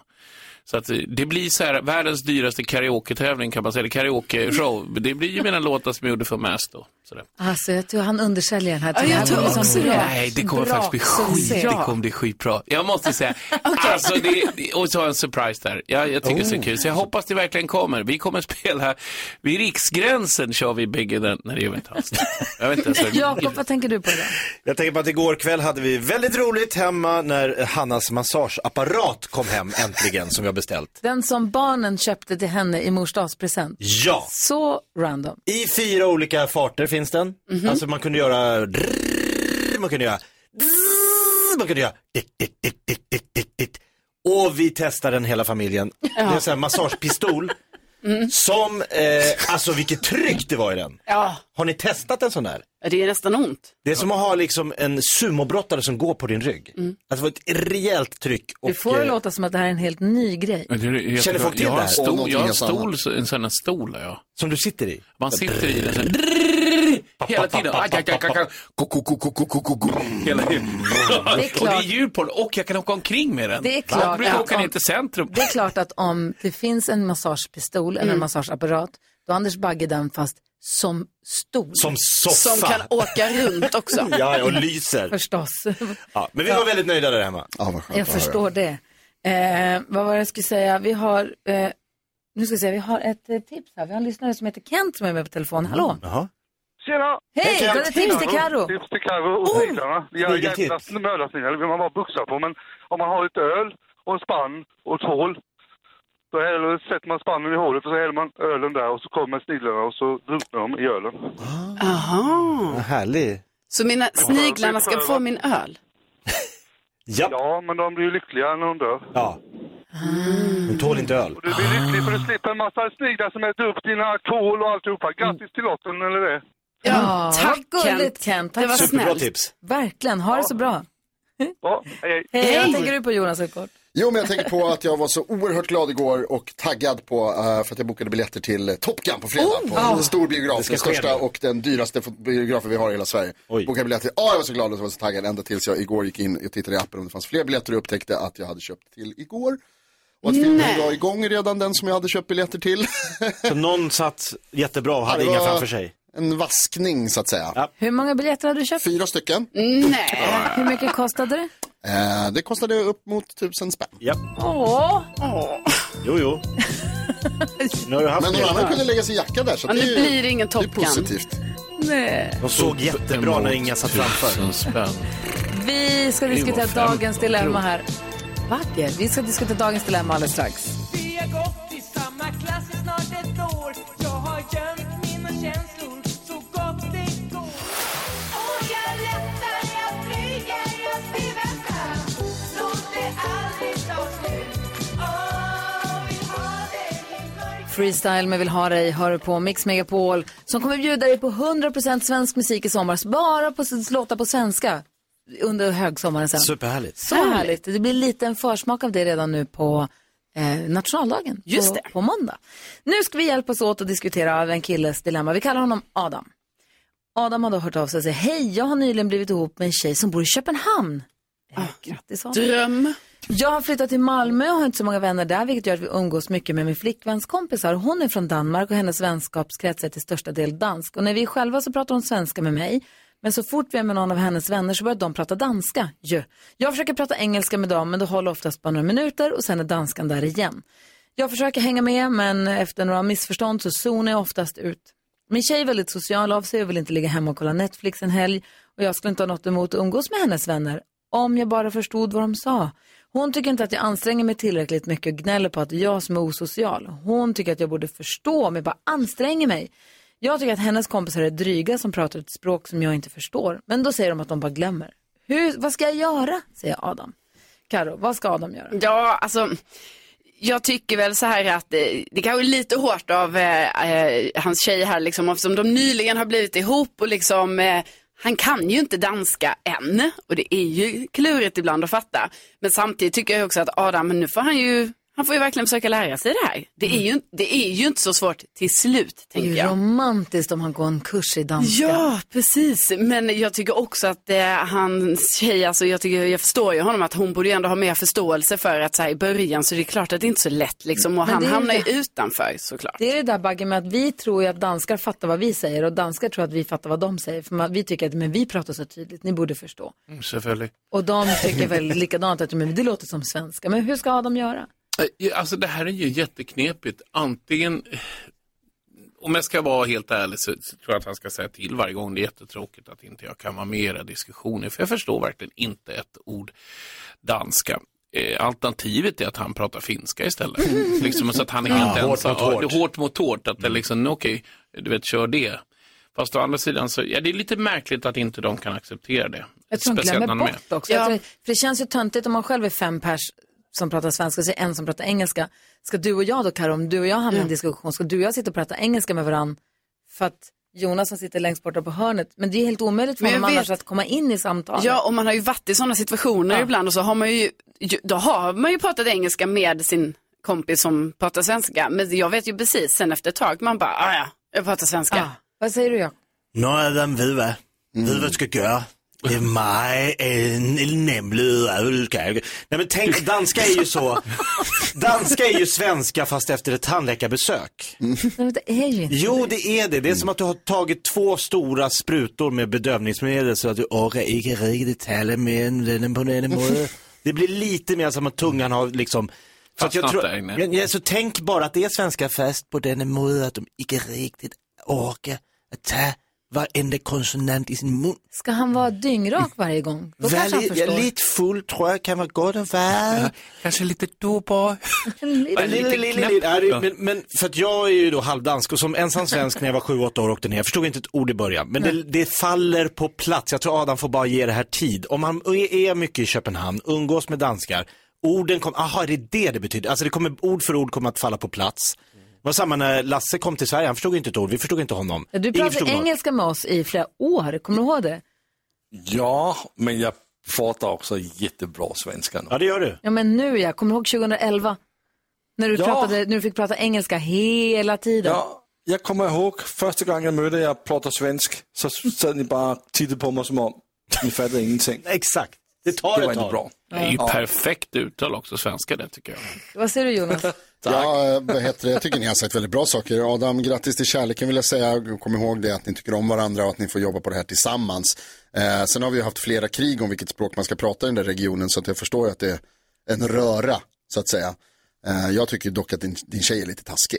S16: Så att eh, det blir så här, världens dyraste karaoke-tävling kan man säga, eller karaoke-show. Det blir ju mina låtar som jag gjorde för Mast då. Sådär. Mm.
S2: Alltså, jag tror han undersäljer den här.
S6: Ja, jag
S2: Det här
S6: tror
S2: kommer bli sån
S6: också det.
S2: bra-
S16: Nej, det kommer
S2: bra
S16: faktiskt bli skit.
S2: succé.
S16: Det kommer bli skitbra. Jag måste säga, alltså, det, det- och så har jag en surprise där. Jag, jag tycker det är
S3: Oh.
S16: så kul, så jag hoppas det verkligen kommer. Vi kommer spela, vid Riksgränsen kör vi bägge den, nej det gör vi inte alls. Jag vet inte ens vad-
S2: Jakob, vad tänker du på idag?
S3: Jag tänker på att igår kväll hade vi väldigt roligt hemma när Hannas massageapparat kom hem äntligen som jag beställt.
S2: Den som barnen köpte till henne i mors dagspresent.
S3: Ja.
S2: Så random.
S3: I fyra olika farter finns den.
S2: Mhm.
S3: Alltså man kunde göra man kunde göra man kunde göra och vi testade den hela familjen. Det är en sån här massagepistol
S2: Mm.
S3: som, eh, alltså vilket tryck det var i den.
S6: Ja,
S3: Har ni testat en sån där?
S6: det är nästan ont.
S3: Det är som att ha liksom en sumobrottare som går på din rygg. Alltså det var ett rejält tryck. Och,
S2: Du får Mm. det
S3: eh,
S2: låta som att det här är en helt ny grej.
S16: Men det är jättebra.
S3: Känner folk till
S16: jag har
S3: det
S16: en
S3: här?
S16: stol,
S3: Någonting
S16: jag har en
S3: helt
S16: stol, så- en sån här stol har jag.
S3: Som du sitter i?
S16: Man sitter i den så här, hela tiden. Aj, aj, aj, aj, aj. Ko, ko, ko, ko, ko, ko, ko, ko. Hela tiden.
S2: Det är
S16: Och det är
S2: klart.
S16: ljud på den och jag kan åka omkring med den.
S2: Det är
S16: Jag
S2: klart
S16: brukar
S2: att
S16: åka
S2: om-
S16: ner till centrum.
S2: Det är klart att om det finns en massagepistol eller en massageapparat, då har Anders Bagge den fast som stol.
S3: Som soffa.
S6: Som kan åka runt också.
S2: Mm.
S3: ja, ja, och lyser.
S2: Förstås.
S3: Ja, men vi var väldigt nöjda där hemma.
S2: Jag förstår det. Eh, vad var det jag skulle säga? Vi har, eh, nu ska jag säga, vi har ett eh, tips här. Vi har en lyssnare som heter Kent som är med på telefon. Hallå?
S3: Jaha.
S15: Tjena!
S2: Hej, Hej, Kent. dra ett tips till Karo.
S15: Tips till Carro och sniglarna. Jag är
S3: vilka
S15: jävla mördarsniglar, det vill man bara buxa på. Men om man har ett öl och en spann och tvål, då häller, sätter man spannen i hålet och så häller man ölen där och så kommer sniglarna och så drunknar de i ölen.
S6: Aha.
S3: Härlig.
S6: Så mina sniglarna ska få min öl?
S3: Ja.
S15: men de blir ju lyckliga när de dör.
S3: Ja. Hon tål inte öl.
S15: Du blir lycklig för du slipper en massa sniglar som äter upp dina kol och alltihopa. Grattis till lotten eller det.
S2: Ja,
S6: tack,
S2: vad gulligt Kent. Tack
S6: Det var
S2: så
S6: Superbra
S2: snällt.
S3: tips.
S2: Verkligen, ha det så bra.
S15: Ja, hej.
S2: Hej, vad tänker du på Jonas helt kort?
S4: Jo, men jag tänker på att jag var så oerhört glad igår och taggad på eh, för att jag bokade biljetter till eh, Top Gun på fredag.
S2: Oh!
S4: på
S2: Ja.
S4: en stor biograf,
S3: ska
S4: den
S3: ske
S4: största
S3: nu.
S4: och den dyraste fot- biografen vi har i hela Sverige. Bokade biljetter. Ja, jag var så glad och så var så taggad ända tills jag igår gick in och tittade i appen om det fanns fler biljetter och upptäckte att jag hade köpt till igår. Och att filmen
S6: Nej.
S4: var igång redan, den som jag hade köpt biljetter till.
S3: Så någon satt jättebra och hade
S4: Det
S3: inga
S4: var
S3: framför sig.
S4: En vaskning så att säga.
S2: Hur många biljetter har du köpt?
S4: Fyra stycken.
S6: Mm. Nej.
S2: Hur mycket kostade det?
S4: Eh, det kostade upp mot tusen spänn.
S3: Ja.
S2: Åh,
S3: Jo, jo. Nu har du haft
S4: Men någon
S3: det.
S4: annan kunde lägga sin jacka där så
S6: Ja,
S4: det, är
S6: nu
S4: ju-
S6: blir det ingen
S4: det är
S6: Top Gun.
S4: positivt.
S2: nej.
S3: De såg jättebra när inga satt framför.
S2: Vi ska diskutera dagens dilemma här. Vacker. Vi ska diskutera dagens dilemma alldeles strax.
S5: Vi har gått i samma klass i snart ett år Jag har gömt mina känslor så gott det går Och jag lättar, jag flyger, jag skriver fram Låt det aldrig ta slut Åh, vill ha dig i mörkret
S2: Freestyle med Vill ha dig hör du på Mix Megapol som kommer bjuda dig på 100% svensk musik i sommar. Bara på låtar på svenska under högsommaren sen.
S3: Superhärligt.
S2: Så härligt. Det blir lite en försmak av det redan nu på eh, nationaldagen.
S6: Just
S2: på,
S6: det.
S2: På måndag. Nu ska vi hjälpas åt att diskutera en killes dilemma. Vi kallar honom Adam. Adam har då hört av sig och säger, hej, jag har nyligen blivit ihop med en tjej som bor i Köpenhamn.
S6: Ah,
S2: Eh, Grattis Adam.
S6: Dröm.
S2: Jag har flyttat till Malmö och har inte så många vänner där vilket gör att vi umgås mycket med min flickväns kompisar. Hon är från Danmark och hennes vänskapskrets är till största del dansk. Och när vi är själva så pratar hon svenska med mig. Men så fort vi är med någon av hennes vänner så börjar de prata danska. Jö. Jag försöker prata engelska med dem men det håller oftast bara några minuter och sen är danskan där igen. Jag försöker hänga med men efter några missförstånd så zonar jag oftast ut. Min tjej är väldigt social av sig och vill inte ligga hemma och kolla Netflix en helg och jag skulle inte ha något emot att umgås med hennes vänner om jag bara förstod vad de sa. Hon tycker inte att jag anstränger mig tillräckligt mycket och gnäller på att jag som är osocial. Hon tycker att jag borde förstå om jag bara anstränger mig. Jag tycker att hennes kompisar är dryga som pratar ett språk som jag inte förstår. Men då säger de att de bara glömmer. Hur, vad ska jag göra? säger Adam. Karo, vad ska Adam göra?
S6: Ja, alltså. Jag tycker väl så här att eh, det kanske är lite hårt av eh, eh, hans tjej här liksom eftersom de nyligen har blivit ihop och liksom eh, han kan ju inte danska än och det är ju klurigt ibland att fatta. Men samtidigt tycker jag också att Adam, men nu får han ju, han får ju verkligen försöka lära sig det här. Det är ju, det är ju inte så svårt till slut,
S2: Mm. Det
S6: tänker
S2: är ju
S6: jag.
S2: romantiskt om han går en kurs i danska.
S6: Ja, precis. Men jag tycker också att eh, hans tjej, alltså jag, tycker, jag förstår ju honom att hon borde ju ändå ha mer förståelse för att så här, i början så det är klart att det inte är så lätt liksom och
S2: Men
S6: han
S2: det är ju
S6: hamnar ju
S2: det.
S6: utanför såklart.
S2: Det är det där baggen med att vi tror ju att danskar fattar vad vi säger och danskar tror att vi fattar vad de säger. För man, vi tycker att men vi pratar så tydligt, ni borde förstå.
S16: Mm, Selvfølgelig.
S2: Och de tycker väl likadant att men det låter som svenska. Men hur ska Adam göra?
S16: Eh, Alltså det här är ju jätteknepigt. Antingen, eh, om jag ska vara helt ärlig så, så tror jag att han ska säga till varje gång. Det är jättetråkigt att inte jag kan vara med i era diskussioner. För jag förstår verkligen inte ett ord danska. Eh, Alternativet är att han pratar finska istället. liksom, så att han är
S3: Ja,
S16: helt
S3: hårt
S16: ensam.
S3: mot
S16: Ja,
S3: hårt. Mm.
S16: det är hårt mot hårt. Att det liksom, okej, du vet, kör det. Fast å andra sidan så, ja det är lite märkligt att inte de kan acceptera det.
S2: Jag tror de
S16: Speciellt när
S2: glömmer
S16: de är-
S2: bort också. Jag tror, för det känns ju töntigt om man själv är fem pers som pratar svenska och så är en som pratar engelska. Ska du och jag då, Karo, om du och jag hamnar i en diskussion, ska du och jag sitta och prata engelska med varandra? För att Jonas som sitter längst borta på hörnet, men det är helt omöjligt för
S6: Men jag
S2: honom annars
S6: vet-
S2: att komma in i samtalet.
S6: Ja, och man har ju varit i sådana situationer ibland och så har man ju, ju- då har man ju pratat engelska med sin kompis som pratar svenska. Men jag vet ju precis sen efter ett tag, man bara, "Ah, ja, jag pratar svenska.
S2: Vad säger du, Jakob?
S4: Mm.
S3: Någon av dem vet vad, vet vad ska göra. Det är mig, en nämlig ölkage. Nej men tänk, danska är ju så. Danska är ju svenska fast efter ett tandläkarbesök.
S2: Men det är ju inte
S3: Jo, det är det. Det är som att du har tagit två stora sprutor med bedövningsmedel så att du orkar inte riktigt tala med den på den måde. Det blir lite mer som att tungan har liksom så att jag
S16: Fastnat
S3: tror,
S16: där inne.
S3: ja, ja, så tänk bara att det är svenska fest på den måde att de inte riktigt orkar att ta varenda konsonant i sin mun.
S2: Ska han vara dyngrak varje gång? Då kanske han
S3: Väldigt, ja,
S2: förstår.
S3: lite full tror jag kan vara gott och väl.
S16: Kanske lite dubbel.
S2: Mm,
S3: Ja, lite, lite, lite, lite. Ja, det- Men, men för att jag är ju då halvdansk och som ensam svensk när jag var 7-8 år åkte ner, jag förstod inte ett ord i början. Men det, det faller på plats, jag tror Adam får bara ge det här tid. Om han är mycket i Köpenhamn, umgås med danskar, orden kommer, aha är det det det betyder? Alltså det kommer, ord för ord kommer att falla på plats. Det var samma när Lasse kom till Sverige, han förstod inte ett ord, vi förstod inte honom.
S2: Ja, Du
S3: Ingen
S2: pratade
S3: förstod något.
S2: engelska med oss i flera år, kommer du ihåg det?
S10: Ja, men jag pratar också jättebra svenska nu. Ja,
S3: det gör du.
S2: Ja, men nu ja. Kommer du ihåg 2011? När du,
S10: Ja.
S2: pratade, när du fick prata engelska hela tiden.
S10: Ja, jag kommer ihåg första gången jag mötte jag pratar svensk så satt ni bara och tittade på mig som om ni fattade ingenting.
S3: Exakt, det tar
S10: Det var
S3: ett
S10: inte
S3: tag.
S10: bra.
S16: Det är ju
S10: Ja.
S16: perfekt uttal också, svenska det tycker jag.
S2: Vad säger du Jonas?
S9: Ja, eh, vad heter det? Jag tycker ni har sagt väldigt bra saker. Adam, grattis till kärleken vill jag säga. Kom ihåg det att ni tycker om varandra och att ni får jobba på det här tillsammans. Eh, sen har vi ju haft flera krig om vilket språk man ska prata i den där regionen så att jag förstår ju att det är en röra så att säga. Eh, jag tycker dock att din, din tjej är lite taskig.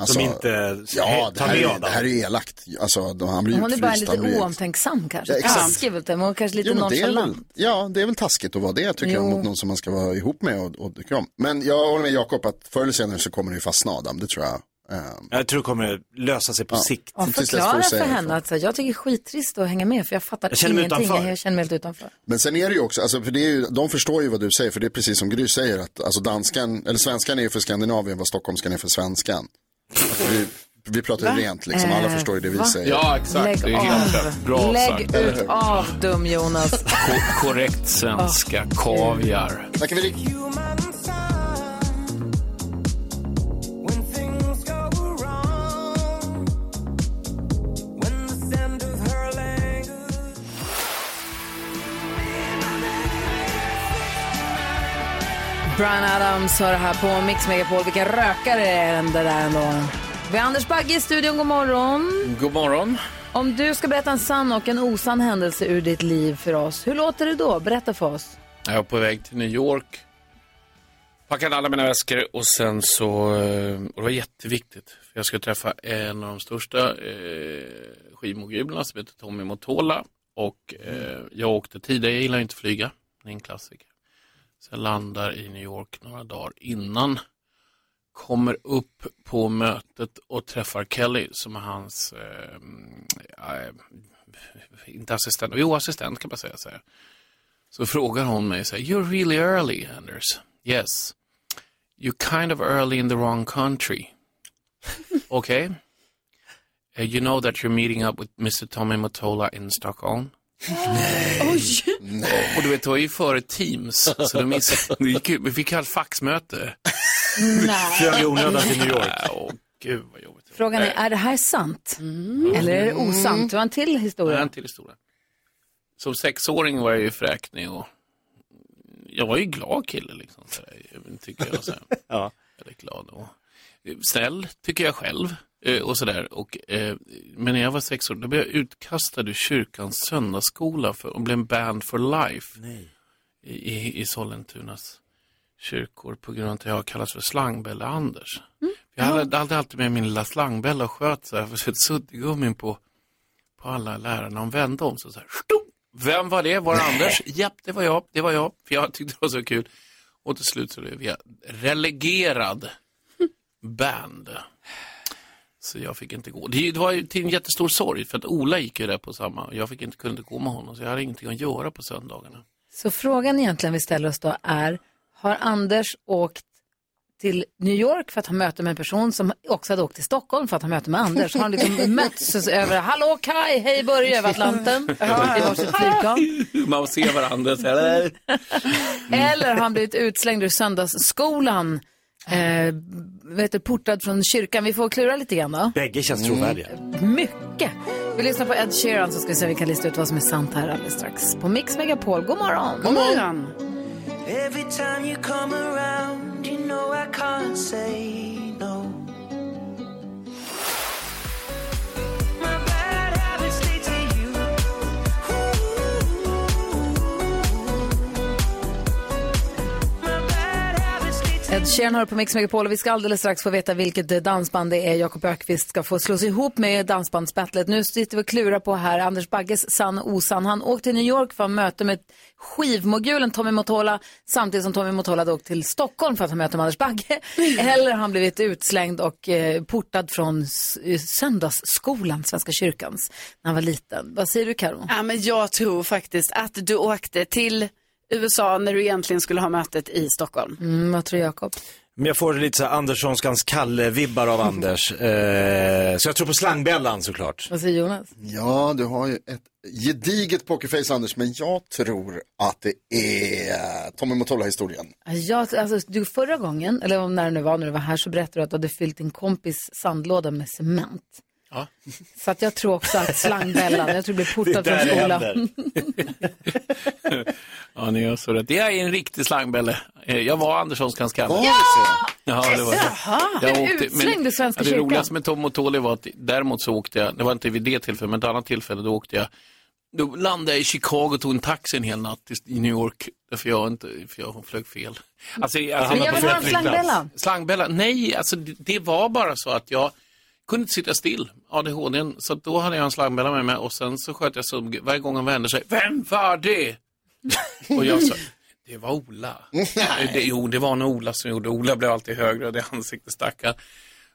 S9: Alltså,
S3: Som inte
S9: ja, det
S3: tar
S9: här,
S3: med
S9: är,
S3: Adam.
S9: det här är ju elakt. Alltså, de- han blir
S2: Hon är bara
S9: utfryst, han blir
S2: lite oomtänksam kanske.
S9: Ja, exakt.
S2: Taskig väl, men hon kanske lite
S9: Jo, men det är
S2: nonchalant.
S9: väl- Ja, det är väl taskigt att vara det tycker jag
S2: Jo.
S9: mot någon som man ska vara ihop med och, och tycka om. Men jag håller med Jakob att förr eller senare så kommer det ju fastna Adam, det tror jag. ehm,
S3: Jag tror det kommer lösa sig på sikt.
S2: Ja, förklara för henne att så, här, jag tycker det är skittrist att hänga med för jag fattar
S9: Jag känner mig
S2: ingenting.
S9: utanför.
S2: Jag känner mig helt utanför.
S9: Men sen är det ju också, alltså, för det är ju, de förstår ju vad du säger, för det är precis som Gry säger, att alltså, danskan, eller svenskan är ju för Skandinavien vad stockholmskan är för svenskan. Alltså, vi, vi pratar
S2: Va?
S9: ju rent liksom, alla
S2: Eh,
S9: förstår ju det vi
S2: va?
S9: säger.
S16: Ja, exakt.
S2: Lägg
S16: det är helt
S2: av.
S16: rätt. Bra
S2: Lägg
S16: sagt.
S2: ut av dum Jonas.
S16: Ko- korrekt svenska, kaviar.
S9: Tackar vi
S2: Brian Adams hör här på Mix Megapol. Vilken rökare är den där ändå? Vi har Anders Bagge i studion, god morgon.
S16: God morgon.
S2: Om du ska berätta en sann och en osann händelse ur ditt liv för oss, hur låter det då? Berätta för oss.
S16: Jag var på väg till New York. Packade alla mina väskor och sen så, eh, och det var jätteviktigt. För jag skulle träffa en av de största eh, skivmogulerna som heter Tommy Motola. Och eh, jag åkte tidigare, jag gillar ju inte att flyga. Det är en klassiker. Så jag landar i New York några dagar innan. Kommer upp på mötet och träffar Kelly som är hans, eh, eh, inte assistent, jo assistent kan man säga så här. Så frågar hon mig så här, you're really early Anders. Yes. You're kind of early in the wrong country. okay. Uh, you know that you're meeting up with Mr. Tommy Mottola in Stockholm?
S5: Oj!
S16: Och du vet, det var ju före Teams, så de miss... det gick ju- vi fick kallt faxmöte.
S3: Flög i onödan till New York.
S16: Ja, Åh, gud vad jobbigt.
S2: Frågan är, är det här sant? Eller är det osant? Du har en till
S16: Det är
S2: historia.
S16: en till historia. Som sexåring var jag ju fräknig och jag var ju glad kille liksom. Så där, jag tycker jag. Så här.
S3: ja.
S16: Väldigt glad och eh, snäll, tycker jag själv. eh, Och sådär. Och, eh, men när jag var sex år, då blev jag utkastad ur kyrkans söndagsskola för, och blev banned for life. I, i, I Sollentunas kyrkor på grund av att jag har kallats för slangbälle-Anders. Jag hade, hade alltid med min lilla slangbälla och sköt så här, för ett suddgummin på, på alla lärarna. De vände om sig så här. Stum! Vem var det? Var det Anders? Japp, det var jag. Det var jag. För jag tyckte det var så kul. Och till slut så blev jag relegerad band. Så jag fick inte gå. Det det var ju till en jättestor sorg för att Ola gick ju där på samma och jag fick inte, kunde inte gå med honom så jag hade ingenting att göra på söndagarna.
S2: Så frågan egentligen vi ställer oss då är, har Anders åkt till New York för att ha möte med en person som också hade åkt till Stockholm för att ha möte med Anders? Har de liksom mötts över, hallå Kai, hej Börje över Atlanten i varsitt flygplan?
S16: Man ser varandra "Äh, så här.
S2: Eller har han blivit utslängd ur söndagsskolan, eh, vet du, portad från kyrkan? Vi får klura lite grann då.
S3: Bägge känns trovärdiga.
S2: Mycket. Vi lyssnar på Ed Sheeran så ska vi se om vi kan lista ut vad som är sant här alldeles strax. På Mix Megapol, god morgon!
S6: God morgon.
S5: Every time you come around, you know I can't say no. My bad habits lead to you. Ooh. My bad habits lead to
S2: Ed Sheeran hör på Mix Megapol och vi ska alldeles strax få veta vilket eh, dansband det är Jakob Ökvist ska få slås ihop med dansbandsbattlet. Nu sitter vi och klurar på här Anders Bagges sann och osann. Han åkte till New York för att möta med skivmogulen Tommy Mottola samtidigt som Tommy Mottola hade åkt till Stockholm för att ha möte med Anders Bagge. Eller har han blivit utslängd och eh, portad från s- eh, söndagsskolan, Svenska kyrkans, när han var liten. Vad säger du Karo?
S6: Ja, men jag tror faktiskt att du åkte till USA när du egentligen skulle ha mötet i Stockholm.
S2: Mm, vad tror du Jakob?
S3: Men jag får lite så här Andersonskans Kalle-vibbar av Anders. Eh, så jag tror på slangbällan såklart.
S2: Vad säger Jonas?
S9: Ja, du har ju ett gediget pokerface Anders, men jag tror att det är Tommy Mottola-historien.
S2: Ja, alltså, du, förra gången, eller om när det nu var, när du var här, så berättade du att du hade fyllt din kompis sandlåda med cement.
S16: Ja.
S2: Så att jag tror också att slangbällan, jag tror du blir portad
S16: Det är där
S2: från
S16: det
S2: skolan.
S16: händer. Ja, ni har så rätt. Det är en riktig slangbälle. Eh, Jag var Anderssonskans kalle.
S2: Var det så?
S16: Ja, det var det.
S2: Jaha. Blev utslängd i Svenska
S16: ja, Det
S2: kyrkan?
S16: roligaste med Tom och Tåli var att däremot så åkte jag, det var inte vid det tillfället, men ett annat tillfälle, då åkte jag då landade jag i Chicago och tog en taxi en hel natt i- i New York. För jag, inte, för jag flög fel. Alltså, alltså,
S2: Men jag vill ha en slangbälla.
S16: Slangbälla? Nej, alltså, det, det var bara så att jag kunde inte sitta still. ADHD. Så att då hade jag en slangbälla med mig och sen så sköt jag så varje gång han vände sig. Vem var det? Och jag sa, det var Ola. Det, jo, det var nog Ola som gjorde. Ola blev alltid högre och det ansiktet stackar.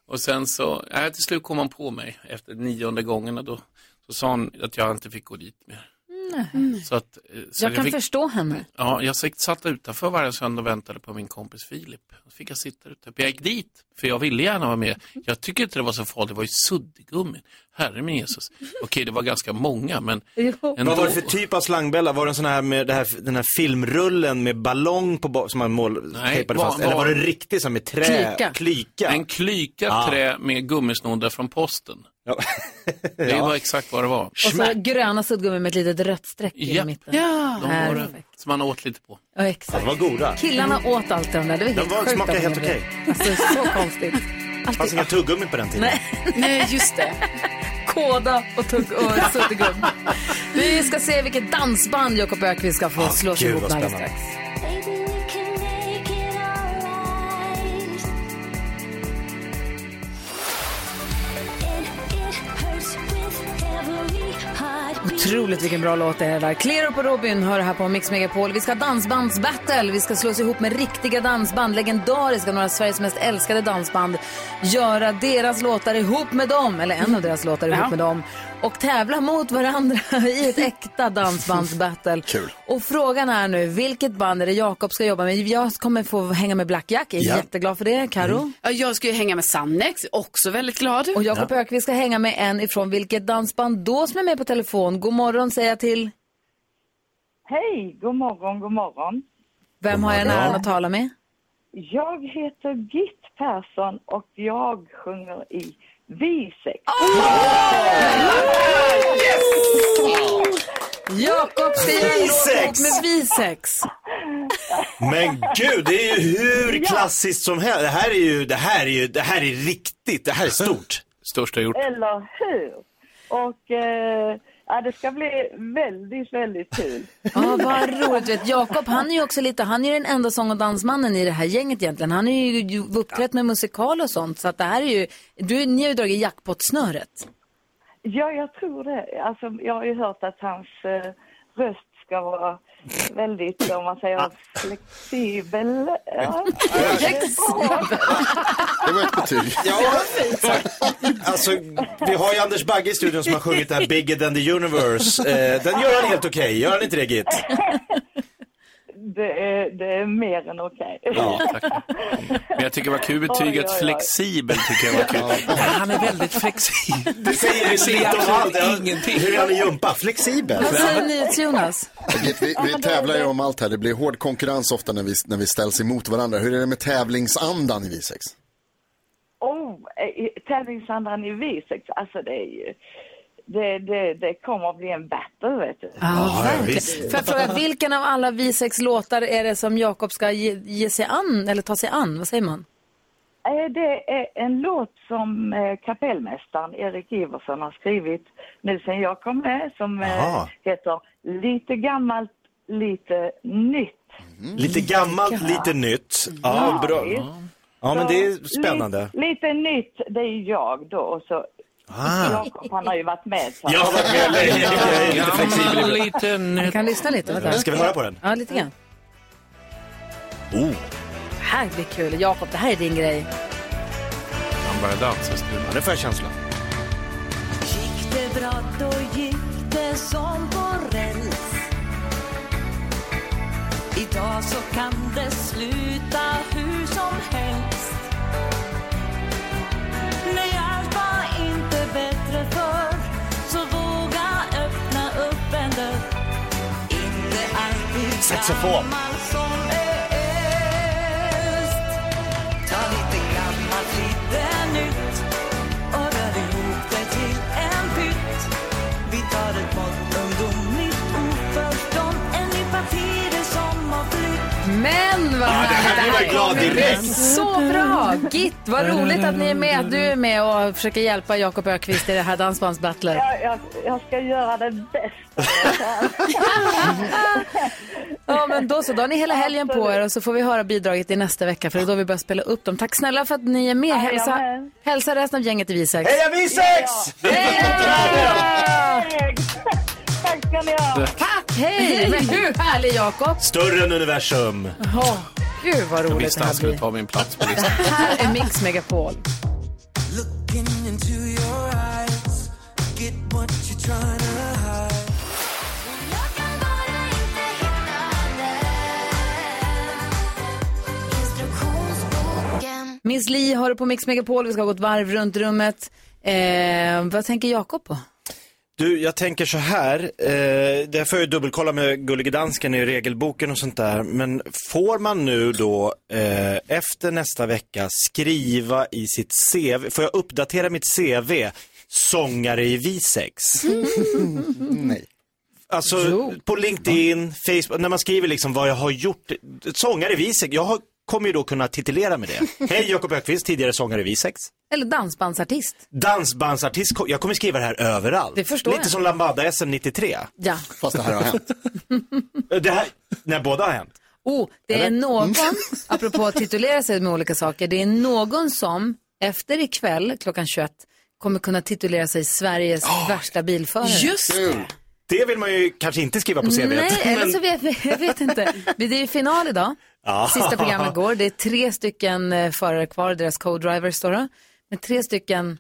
S16: Och sen så, nej, till slut kom han på mig efter nionde gången och då så sa han att jag inte fick gå dit mer.
S2: Nej.
S16: Så att, eh, så
S2: Jag kan
S16: fick,
S2: förstå henne.
S16: Ja, jag sikt- satt utanför varje söndag och väntade på min kompis Filip. Då fick jag sitta där ute. Jag gick dit, för jag ville gärna vara med. Jag tycker inte det var så farligt, det var ju suddgummin. Herre min Jesus. Okej, det var ganska många, men ändå.
S3: Vad var det för typ av slangbälla? Var det en sån här med det här, den här filmrullen med ballong på bo- som man mål,
S16: Nej,
S3: tejpade
S16: var-
S3: fast? Eller
S16: var-
S3: var det riktigt som med trä?
S16: Klyka. En klyka
S3: Ah.
S16: trä med gummisnoddar från posten. Det var exakt vad det var.
S2: Och så gröna suddgummin med ett litet rött streck i
S16: Japp.
S2: mitten.
S16: Ja, de var det.
S2: Perfekt.
S16: Som man åt lite på.
S2: Ja, exakt.
S16: de var goda.
S2: Killarna åt allt det där, det var helt
S16: De var-
S2: sjukt.
S16: smakade
S2: att de
S16: helt
S2: gjorde det.
S16: okej.
S2: Alltså, så konstigt.
S3: Det fanns inga tuggummin på den tiden.
S2: Nej.
S6: Nej, just det.
S2: Kåda och tugg och suttigum. Vi ska se vilket dansband Jakob Ökvist ska få slå sig
S5: gud,
S2: ihop med
S5: vad
S2: alldeles
S5: spännande.
S2: strax.
S14: Baby, we can make it alright. And it hurts with every heartbeat.
S2: Otroligt vilken bra låt det är där. Clear Up och Robin hör här på Mix Megapol. Vi ska ha dansbandsbattle. Vi ska slås ihop med riktiga dansband. Legendariska, några av Sveriges mest älskade dansband. Göra deras låtar ihop med dem, eller en av deras låtar ihop
S7: Ja.
S2: med dem. Och tävla mot varandra i ett äkta dansbandsbattle. Kul. Och frågan är nu, vilket band är det Jakob ska jobba med? Jag kommer få hänga med Black Jack. Jag är
S6: Ja.
S2: jätteglad för det. Karo?
S6: Ja, jag ska ju hänga med Sannex, också väldigt glad.
S2: Och Jakob Ökvist ska hänga med en ifrån vilket dansband då som är med på telefon. God morgon säger jag till.
S17: Hej, god morgon, god morgon.
S2: Vem har jag äran att tala med?
S17: Jag heter Gitt Persson och jag sjunger i Visex.
S2: Jakob ska göra en låt
S3: Visex!
S2: ihop med Visex.
S3: Men gud, det är ju hur klassiskt som helst. Det här är ju, det här är ju, det här är riktigt, det här är stort.
S16: Största gjort.
S17: Eller hur? Och eh, ja, det ska bli väldigt, väldigt kul.
S2: Ja, vad roligt. Vet, Jakob, han är ju också lite, han är ju den enda sång och dansmannen i det här gänget egentligen. Han är ju ju uppträtt med musikal och sånt, så att det här är ju, du, ni har ju dragit jackpot-snöret.
S17: Ja, jag tror det. Alltså, jag har ju hört att hans eh, röst ska vara väldigt, om man
S3: Ah.
S17: säger flexibel. Ja.
S9: Det var ett betyg.
S3: Ja, alltså, vi har ju Anders Bagge i studion som har sjungit den här Bigger than the universe. Eh, den gör han helt okej, gör han inte det Git?
S17: Det är, det är mer än okej.
S16: Men jag tycker det var kul
S17: Oj,
S16: betyget
S17: oj, oj.
S16: flexibel. Tycker jag var kul. Han är väldigt flexibel.
S3: Det säger ju lite om allt. Ja, Hur han är jumpa, flexibel.
S2: Vad säger ni, Jonas?
S9: Birgit, Vi, vi tävlar ju om allt här. Det blir hård konkurrens ofta när vi, när vi ställs emot varandra. Hur är det med tävlingsandan i Visex?
S17: Oh, eh, tävlingsandan i Visex, alltså det är ju... det, det, det kommer att bli en battle, vet du.
S2: Ja, verkligen. Får jag fråga, vilken av alla vi sex låtar är det som Jakob ska ge, ge sig an, eller ta sig an? Vad säger man?
S17: Eh, Det är en låt som eh, kapellmästaren Erik Iversen har skrivit nu sen jag kom med som eh,
S3: Aha.
S17: heter Lite gammalt, lite nytt.
S3: Mm. Lite gammalt, lite nytt. Ja,
S17: Ja,
S3: bra.
S17: visst.
S3: Ja, men
S17: Så
S3: det är spännande.
S17: Lite, lite nytt, det är jag då och så
S3: Ah.
S17: Jakob han har ju varit med. Så.
S3: Jag har varit med länge. Jag är lite flexibel ibland.
S2: Vi kan lyssna lite. vänta.
S3: Ska vi höra på den?
S2: Ja, lite grann.
S3: Oh.
S2: Det här blir kul. Jakob, det här är din grej.
S16: Han börjar dansa i studion.
S3: Det får jag känslan.
S5: Gick det bra då gick det som på räls Idag så kan det sluta hur som helst Nej, allt var inte bättre förr Så våga öppna upp en dörr Inte alltid
S3: Saxofon.
S5: gammal som är äldst Ta lite gammalt, lite nytt och rör ihop det till en pytt Vi tar ett mått ungdomligt oförstånd En ny parti, det är som har flytt
S2: Men vad
S5: Ja, det här
S2: härligt.
S5: blir man
S2: är
S5: glad
S2: ju
S5: direkt.
S2: Så bra! Git, vad roligt att ni är med, att du är med och försöker hjälpa Jakob Ökvist i det här dansbandsbattlet.
S17: Jag, jag, jag ska göra det bästa
S2: Ja, men då så. Då har ni hela helgen på er och så får vi höra bidraget i nästa vecka för det är då vi börjar spela upp dem. Tack snälla för att ni är med. Hälsa,
S5: Jajamän.
S2: hälsa resten av gänget i Visex.
S5: Heja Visex!
S17: Tack ska ni ha!
S2: Tack, hej! Men hur härlig Jakob!
S3: Större än universum.
S2: Åh, gud vad
S16: Jag
S2: roligt
S16: visste
S2: det här
S16: han skulle
S2: blir.
S16: ta min plats på listan.
S2: Här är Mix Megapol.
S5: Looking into your eyes Get what you're trying to hide
S2: Miss Li har du på Mix Megapol. Vi ska gå ett varv runt rummet. Eh, vad tänker Jakob på?
S3: Du, jag tänker så här. Eh, det får jag ju dubbelkolla med Gullige Dansken i regelboken och sånt där. Men får man nu då eh, efter nästa vecka skriva i sitt CV, får jag uppdatera mitt CV, sångare i Visex?
S9: Nej.
S3: Alltså på LinkedIn, Facebook, när man skriver liksom vad jag har gjort, sångare i Visex, jag har, kommer ju då kunna titulera mig det. Hej Jakob Ökvist, tidigare sångare i Visex.
S2: Eller dansbandsartist.
S3: Dansbandsartist, ko- jag kommer skriva det här överallt.
S2: Det förstår
S3: Lite
S2: jag.
S3: som Lambada SM 93.
S2: Ja.
S3: Fast det här har hänt. det här, nej båda har hänt.
S2: Oh, det är
S3: Eller?
S2: någon,
S3: Mm.
S2: apropå att titulera sig med olika saker, det är någon som efter ikväll klockan 21 kommer kunna titulera sig Sveriges värsta bilförare.
S3: det. Det vill man ju kanske inte skriva på CV. t.
S2: Nej, eller
S3: Men-
S2: så vet jag vet inte. Men Det är ju final idag.
S3: Ja.
S2: Sista programmet går. Det är tre stycken eh, förare kvar, deras co-drivers då. då. Men tre stycken,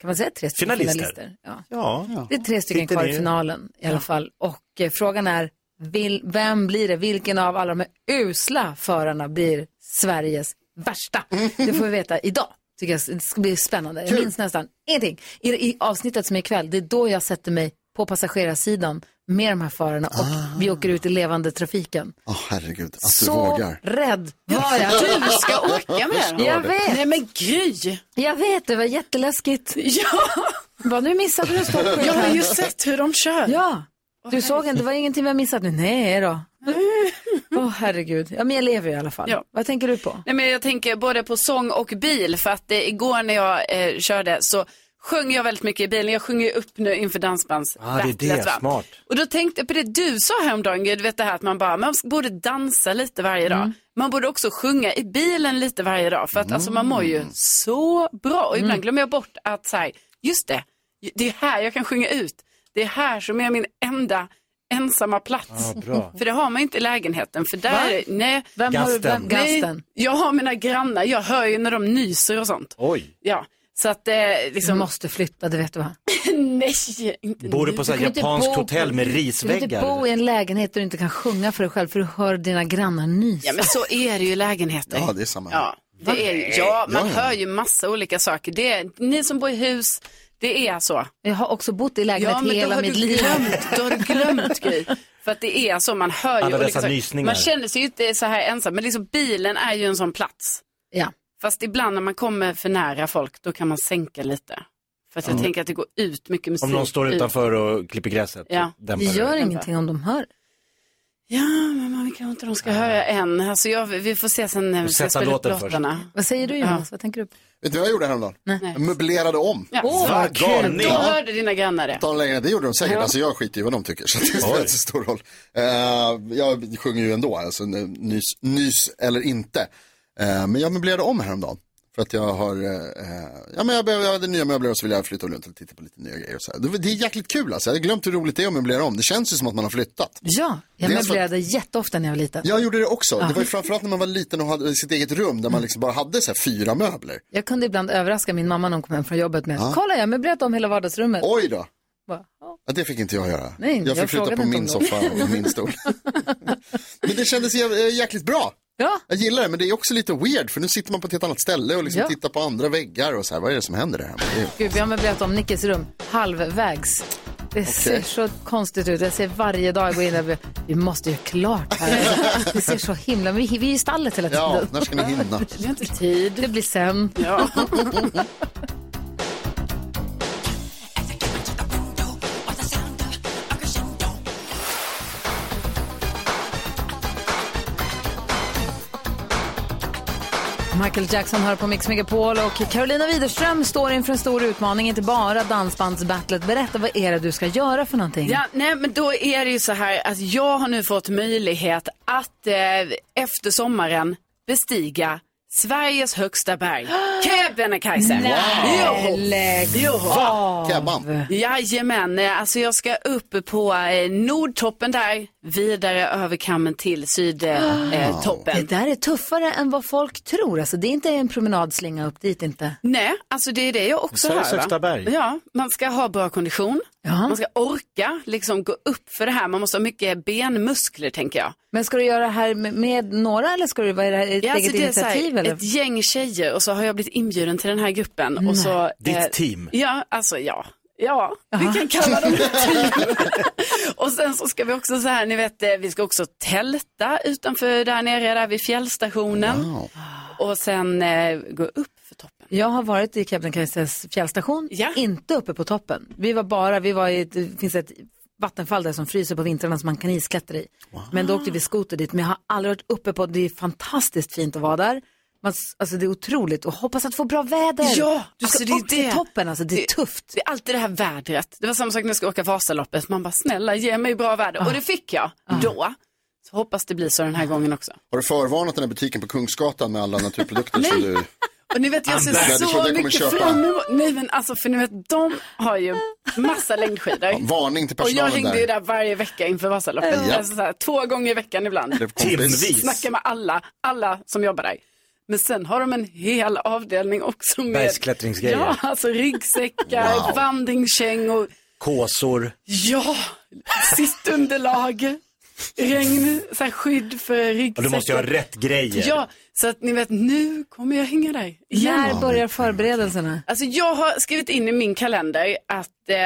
S2: kan man säga tre stycken
S3: Finalister.
S2: finalister? Ja.
S3: Ja.
S2: Det är tre stycken
S3: Sitter
S2: kvar i
S3: ni-
S2: finalen i alla
S3: Ja.
S2: fall. Och eh, frågan är, vil, vem blir det? Vilken av alla de här usla förarna blir Sveriges värsta? Det får vi veta idag. Tycker jag det ska bli spännande. Jag
S7: Kul.
S2: minns nästan ingenting. I, I avsnittet som är ikväll, det är då jag sätter mig på passagerarsidan med de här förarna och vi åker ut i levande trafiken.
S4: Åh herregud, att du
S2: Så
S4: vågar.
S2: rädd var jag.
S4: Du ska åka med den.
S2: Jag vet.
S6: Nej,
S2: men Gry. Jag vet, det var jätteläskigt. Ja. Vad nu missade du Stockholm?
S6: Jag har ju sett
S2: hur de kör. Ja. Du såg inte, det var ingenting vi har missat nu. Nej då. Åh herregud. Ja, men jag lever i alla fall.
S6: Ja.
S2: Vad tänker du på?
S6: Nej, men jag tänker både på sång och bil för att eh, igår när jag eh, körde så sjöng jag väldigt mycket i bilen. Jag sjunger ju upp nu inför
S3: Ah,
S6: dansbandsbattlet.
S3: det är det,
S6: va?
S3: smart.
S6: Och då tänkte jag på det du sa häromdagen, Gud, du vet det här att man bara, man borde dansa lite varje dag.
S3: Mm.
S6: Man borde också sjunga i bilen lite varje dag för att alltså, man mår
S3: Mm.
S6: ju så bra. Och ibland glömmer jag bort att så här, just det, det är här jag kan sjunga ut. Det är här som är min enda ensamma plats.
S3: Ah,
S5: Ja, bra.
S6: För det har man inte i lägenheten. För där,
S5: Va?
S6: nej.
S5: Vem har du- vem-
S6: Nej,
S5: Gasten.
S6: jag har mina grannar, jag hör ju när de nyser och sånt.
S3: Oj.
S6: Ja, så att eh, liksom...
S2: Du måste flytta, det vet du va?
S6: Nej, inte
S3: Bor du på så här
S2: Du kan inte
S3: japanskt
S2: bo-
S3: hotell med
S2: Du kan inte
S3: risväggar?
S2: bo i en lägenhet där du inte kan sjunga för dig själv för du hör dina grannar nysa.
S6: Ja, men så är det ju i lägenheter.
S4: Ja, det är samma.
S6: Ja,
S2: Va?
S6: det är, ju- ja man
S4: Ja.
S6: hör ju massa olika saker. Det är, ni som bor i hus, det är så.
S2: Jag har också bott i lägenhet
S6: ja, men då
S2: hela
S6: har
S2: mitt
S6: du
S2: liv.
S6: Glömt, då har du glömt Gry. För att det är så, man hör ju
S3: Alla
S6: olika
S3: dessa
S6: saker.
S3: nysningar.
S6: Man känner sig ju inte så här ensam, men liksom bilen är ju en sån plats.
S2: Ja.
S6: Fast ibland när man kommer för nära folk, då kan man sänka lite. För att jag
S3: Mm.
S6: tänker att det går ut mycket musik.
S3: Om någon står
S6: ut.
S3: utanför och klipper gräset.
S6: Ja.
S3: dämpar
S6: Det gör
S3: det.
S6: ingenting
S2: om de hör.
S6: Ja, men man kanske inte de ska höra än. Alltså jag, vi får se sen när vi ska
S9: Sätta
S6: spela upp
S9: låten först.
S6: låtarna.
S2: Vad säger du Jonas? Vad tänker du?
S9: Vet du vad jag gjorde häromdagen?
S6: Nej.
S9: Jag möblerade om.
S6: Ja. Åh,
S9: Va,
S6: vad kul.
S9: galning.
S6: Då hörde dina grannar det.
S9: Ta en längre, det gjorde de säkert.
S6: Ja.
S9: Alltså jag skiter i vad de tycker, så det spelar inte så stor roll. Eh, jag sjunger ju ändå, alltså n- nys, nys eller inte. Eh, men jag möblerade om häromdagen. För att jag har, eh, eh, ja men jag, behöver, jag hade nya möbler och så vill jag flytta runt och titta på lite nya grejer och så här. Det, det är jäkligt kul alltså, jag hade glömt hur roligt det är att möblera om. Det känns ju som att man har flyttat.
S2: Ja, jag
S9: Det är så-
S2: möblerade jätteofta när jag var liten.
S9: Jag gjorde det också,
S2: Ja.
S9: det var ju framförallt när man var liten och hade sitt eget rum där man liksom bara hade så här fyra möbler.
S2: Jag kunde ibland överraska min mamma när hon kom hem från jobbet med
S9: Ja.
S2: Kolla, jag har möblerat om hela vardagsrummet.
S9: Oj då!
S2: Va?
S9: Ja, det fick inte jag göra.
S2: Nej,
S9: jag fick
S2: jag
S9: flytta
S2: frågade
S9: på
S2: inte
S9: min
S2: om det.
S9: soffa och min stol. men det kändes jä- eh, jäkligt bra.
S2: Ja.
S9: Jag gillar det, men det är också lite weird för nu sitter man på ett helt annat ställe och liksom
S2: Ja.
S9: tittar på andra väggar och så här, vad är det som händer där hemma? Det är-
S2: Gud, jag har möblerat om Nickes rum halvvägs. Det ser så konstigt ut. Jag ser varje dag jag går in där, vi måste göra klart här. Det ser så himla, vi, vi är i stallet hela tiden.
S9: Ja, när ska ni hinna?
S2: Vi har inte tid. Det blir sen.
S6: Ja.
S2: Michael Jackson hör på Mix Megapol och Carolina Widerström står inför en stor utmaning, inte bara dansbandsbattlet. Berätta, vad är det du ska göra för någonting?
S6: Ja, nej, men då är det ju så här att jag har nu fått möjlighet att eh, efter sommaren bestiga Sveriges högsta berg, Kebnekaise.
S5: Nej,
S6: Jo.
S5: lägg
S6: Jo.
S5: av. Kebban.
S6: Jajamän, eh, alltså jag ska upp på eh, Nordtoppen där, vidare över kammen till Sydtoppen. Eh, toppen.
S2: Det där är tuffare än vad folk tror. Alltså, det är inte en promenadslinga upp dit inte.
S6: Nej, alltså det är det jag också
S2: Sveriges
S6: hör. va?
S2: högsta berg.
S6: Ja, man ska ha bra kondition,
S2: Ja.
S6: man ska orka liksom gå upp för det här, man måste ha mycket benmuskler tänker jag.
S2: Men ska du göra det här med, med några eller ska du vara det här ett
S6: Ja, alltså
S2: eget
S6: det är så här,
S2: initiativ? eller?
S6: ett gäng tjejer och så har jag blivit inbjuden till den här gruppen. Och så, eh,
S2: Ditt team.
S6: Ja, alltså ja. Ja, vi kan kalla dem ett team. och sen så ska vi också så här, ni vet, eh, vi ska också tälta utanför där nere, där vid fjällstationen. Och sen eh, gå upp.
S2: Jag har varit i Kebnekaises fjällstation, inte uppe på toppen. Vi var bara, vi var i, ett- det finns ett vattenfall där som fryser på vintrarna som man kan isklättra i. Men då åkte vi skoter dit, men jag har aldrig varit uppe på, det är fantastiskt fint att vara där. Man, s- alltså det är otroligt och hoppas att få bra väder.
S6: Ja,
S2: du ska
S6: alltså det är
S2: upp till
S6: det.
S2: toppen, alltså det är tufft.
S6: Det är alltid det här vädret. Det var samma sak när jag skulle åka Vasaloppet. Man bara, snälla ge mig bra väder. Och det fick jag då. Så hoppas det blir så den här gången också.
S9: Har du förvarnat den här butiken på Kungsgatan med alla naturprodukter som du...
S6: Och ni vet, jag ser
S9: Andra människor,
S6: så
S9: den kommer
S6: mycket
S9: köpa.
S6: fram emot. Nej men alltså, för ni vet, de har ju massa längdskidor.
S9: Varning till
S6: och jag
S9: personalen
S6: ringde
S9: där.
S6: ju där varje vecka inför Vasaloppet.
S9: Ja.
S6: Alltså, så här, två gånger i veckan ibland.
S9: Blev kompis. Timvis.
S6: Snackade med alla, alla som jobbar där. Men sen har de en hel avdelning också med
S3: Bergsklättringsgrejer.
S6: Ja, alltså ryggsäckar,
S3: Wow.
S6: vandringskängor.
S3: Kåsor.
S6: Ja, sittunderlag, regn, så här skydd för
S3: Och
S6: ryggsäcken.
S3: du måste ju ha rätt grejer.
S6: Ja, så att ni vet, nu kommer jag hänga där.
S2: När börjar förberedelserna?
S6: Alltså jag har skrivit in i min kalender att eh,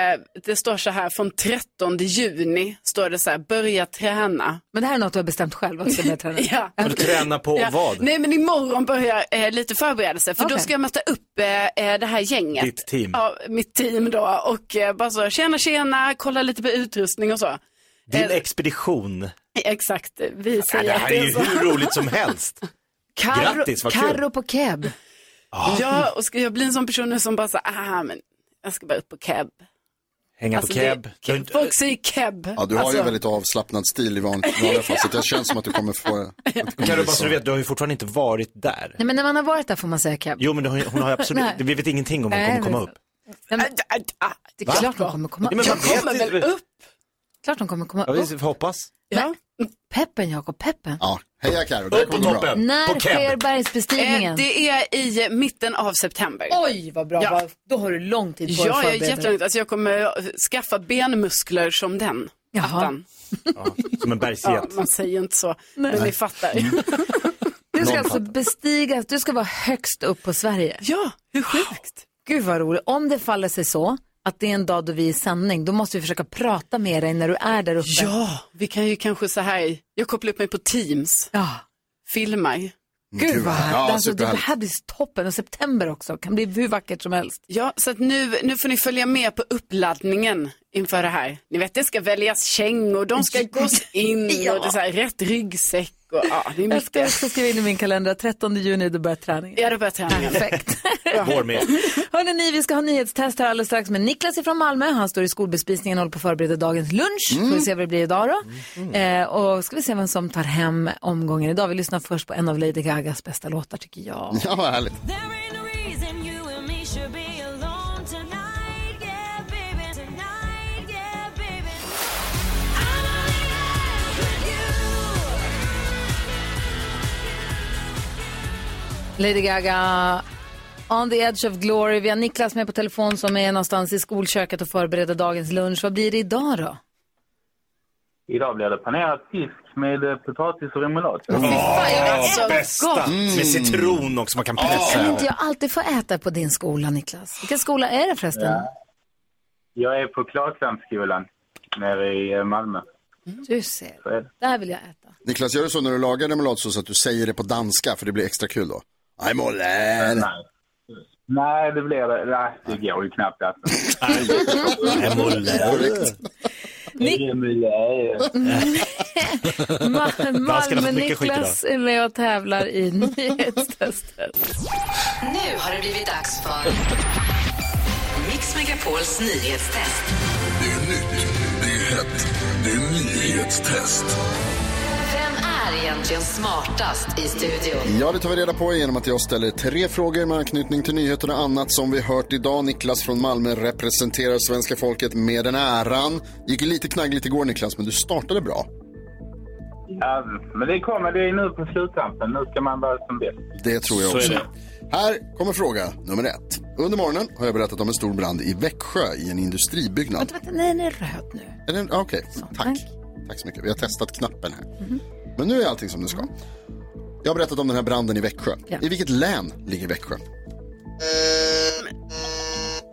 S6: det står så här från 13 juni, står det så här, börja träna.
S2: Men det här är något du har bestämt själv att du ska börja träna?
S6: Ja.
S3: Och du tränar på
S6: Ja.
S3: vad?
S6: Nej men imorgon börjar eh, lite förberedelse för då
S2: Okej.
S6: ska jag möta upp eh, eh, det här gänget.
S3: Ditt team.
S6: Ja, mitt team då och eh, bara så tjena tjena, kolla lite på utrustning och så.
S3: Din
S6: Eh,
S3: expedition.
S6: Exakt, vi
S3: Ja,
S6: säger
S3: det
S6: att
S3: här
S6: det
S3: är
S6: är
S3: ju
S6: så.
S3: hur roligt som helst.
S6: Karo-
S3: Grattis, vad kul.
S2: Karo på keb.
S6: Ja, och ska jag bli en sån person nu som bara så ah men jag ska bara upp på keb.
S3: Hänga
S6: Alltså,
S9: på keb.
S6: Det, folk säger keb.
S9: Ja, du har ju
S6: Alltså,
S9: en väldigt avslappnad stil i van- vanliga fall, så det känns som att du kommer få...
S3: Kan du bara så du vet, du har ju fortfarande inte varit där.
S2: Nej men när man har varit där får man säga keb.
S3: Jo, men du har ju- hon har ju absolut,
S2: Nej.
S3: det vet ingenting om hon
S2: Nej,
S3: kommer komma
S2: det är
S3: upp.
S2: Nej, men, det är
S3: Va?
S2: klart de kommer komma
S3: Nej, men man vet inte.
S2: Klart de kommer komma
S3: Ja,
S2: upp.
S3: vi hoppas.
S2: Men, peppen Jakob, peppen.
S9: Ja, heja Carro,
S3: Upp på toppen,
S2: När
S3: på
S2: sker
S3: Keb.
S2: bergsbestigningen?
S6: eh, det är i mitten av september.
S2: Oj, vad bra. Vad- Då har du lång tid på dig
S6: Ja, jag
S2: att
S6: är
S2: förbereda dig.
S6: jättelångt. Alltså jag kommer skaffa benmuskler som den. Attan.
S3: Som en
S6: Ja,
S3: bergsget.
S6: man säger inte så, men
S3: Nej.
S6: ni fattar.
S2: Du ska
S3: Någon
S2: alltså bestiga, du ska vara högst upp på Sverige.
S6: Ja, hur sjukt.
S2: Gud vad roligt. Om det faller sig så att det är en dag då vi är i sändning, då måste vi försöka prata med dig när du är där uppe.
S6: Ja, vi kan ju kanske så här, jag kopplar upp mig på Teams.
S2: Ja.
S6: Filmar.
S2: Gud vad härligt.
S9: Ja,
S2: alltså, det
S9: superhärligt.
S2: här blir toppen. Och september också. Kan bli hur vackert som helst.
S6: Ja, så att nu, nu får ni följa med på uppladdningen inför det här. Ni vet, det ska väljas kängor, de ska gås in och det är så här, rätt ryggsäck och ja, det är
S2: Jag ska
S6: mycket.
S2: också skriva in i min kalender att 13 juni då börjar träningen.
S6: Ja, då börjar träningen.
S2: Perfekt.
S3: Vår med.
S2: Hörrni, ni, vi ska ha nyhetstest här alldeles strax med Niklas ifrån Malmö. Han står i skolbespisningen och håller på att förbereda dagens lunch. Får vi se vad det blir idag då. Eh, och ska vi se vem som tar hem omgången idag. Vi lyssnar först på en av Lady Gagas bästa låtar tycker jag.
S9: Ja, vad härligt.
S2: Lady Gaga, On the Edge of Glory. Vi har Niklas med på telefon som är någonstans i skolköket och förbereder dagens lunch. Vad blir det idag då?
S11: Idag blir det panerad fisk med eh, potatis och remoulad.
S3: alltså, bästa!
S2: gott.
S3: Med citron också, man kan pressa.
S2: Kan inte jag alltid få äta på din skola, Niklas? Vilken skola är det förresten?
S11: Jag är på Klagsandsskolan nere i eh, Malmö.
S2: Du ser.
S11: Så är det.
S2: Där vill jag äta.
S9: Niklas, gör du så när du lagar remouladsås att du säger det på danska för det blir extra kul då? I'm all in.
S11: Nej. Nej, det blir det. Nej, det går ju knappt alltså.
S9: Korrekt.
S2: Ma-
S5: Danskarna har fått mycket skit
S2: Malmö-Niklas är med och tävlar i nyhetstestet.
S5: Nu har det blivit dags för Mix Megapols nyhetstest.
S18: Det är nytt, det är hett, det är nyhetstest.
S5: Vem är egentligen smartast i studion?
S9: Ja, det tar vi reda på genom att jag ställer tre frågor med anknytning till nyheter och annat som vi hört idag. Niklas från Malmö representerar svenska folket med den äran. Gick ju lite knaggligt igår Niklas, men du startade bra.
S11: Ja, men det kommer. Det är nu på sluttampen. Nu ska man vara som bäst.
S9: Det tror jag
S11: Så är
S9: också.
S11: det.
S9: Här kommer fråga nummer ett. Under morgonen har jag berättat om en stor brand i Växjö i en industribyggnad.
S2: Vänta, vänta, nej, den är röd nu.
S9: Är den- ah, Okej, tack. Tack så mycket. Vi har testat knappen här. Men nu är allting som det ska. Jag har berättat om den här branden i Växjö. I vilket län ligger Växjö?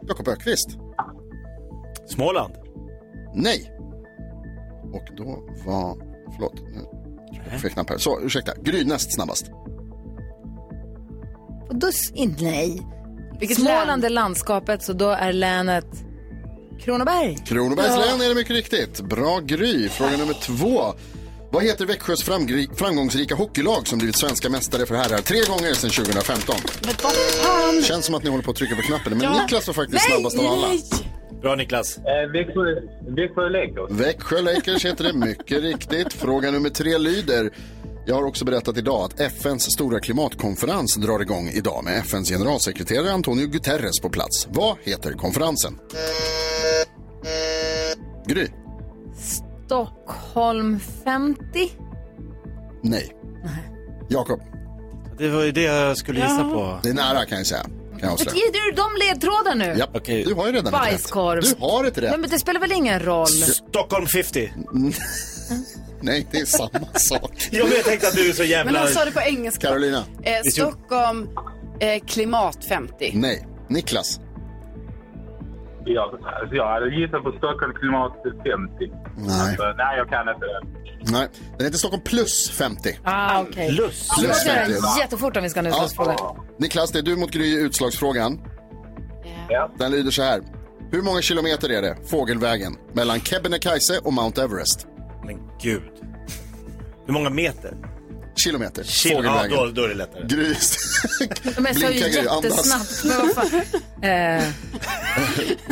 S9: Jakob Ökvist.
S3: Småland.
S9: Nej. Och då var... Förlåt. Nu tryckte jag fel knapp här. Så, ursäkta. Gry näst snabbast.
S2: Och då, s- in, nej.
S6: Vilket
S2: Småland är landskapet, så då är länet Kronoberg.
S9: Kronobergs
S2: Ja.
S9: län är det mycket riktigt. Bra Gry. Fråga nummer två. Vad heter Växjös framgri- framgångsrika hockeylag som blivit svenska mästare för herrar tre gånger sedan 2015? Känns som att ni håller på att trycka på knappen, men
S3: Ja.
S9: Niklas var faktiskt
S3: Nej,
S9: snabbast av alla.
S3: nej. Bra Niklas.
S11: Växjö Lakers.
S9: Växjö Lakers heter det, mycket riktigt. Fråga nummer tre lyder. Jag har också berättat idag att FNs stora klimatkonferens drar igång idag med FNs generalsekreterare Antonio Guterres på plats. Vad heter konferensen? Gry?
S2: Stockholm 50.
S9: Nej. Jakob?
S3: Det var ju det jag skulle
S2: Ja.
S3: gissa på.
S9: Det är nära kan jag säga. Kan jag avslöja.
S2: Ger du dem ledtrådar nu?
S9: Japp. Du har ju redan ett rätt.
S2: Bajskorv.
S9: Du har ett rätt.
S2: Nej, men det spelar väl ingen roll?
S3: Stockholm 50.
S9: Nej, det är samma sak.
S3: Ja, men jag tänkte att du är så jävla...
S6: Men han
S2: alltså-
S6: sa det på engelska.
S9: Carolina?
S6: Eh, Stockholm, eh, klimat 50.
S9: Nej. Niklas?
S11: Jag, alltså, jag hade gissat på Stockholm Klimat 50.
S9: Nej.
S11: Så, nej, jag kan inte det.
S9: Nej. Den heter Stockholm plus 50.
S2: Ah, okej.
S9: Plus.
S2: Vi
S9: Plus
S2: måste göra
S9: 50.
S2: det jättefort om vi ska nu
S9: Ja.
S2: utslagsfråga.
S9: Niklas, det är du mot Gry i utslagsfrågan. Den lyder så här. Hur många kilometer är det, fågelvägen, mellan Kebnekaise och Mount Everest?
S3: Men gud. Hur många meter?
S9: Kilometer.
S3: Kil-
S9: fågelvägen.
S3: Ja, då, då är det lättare.
S9: Gry.
S2: Men jag sa ju
S9: Blinka, Gry, andas.
S2: jättesnabbt. Men vad fan. Eh,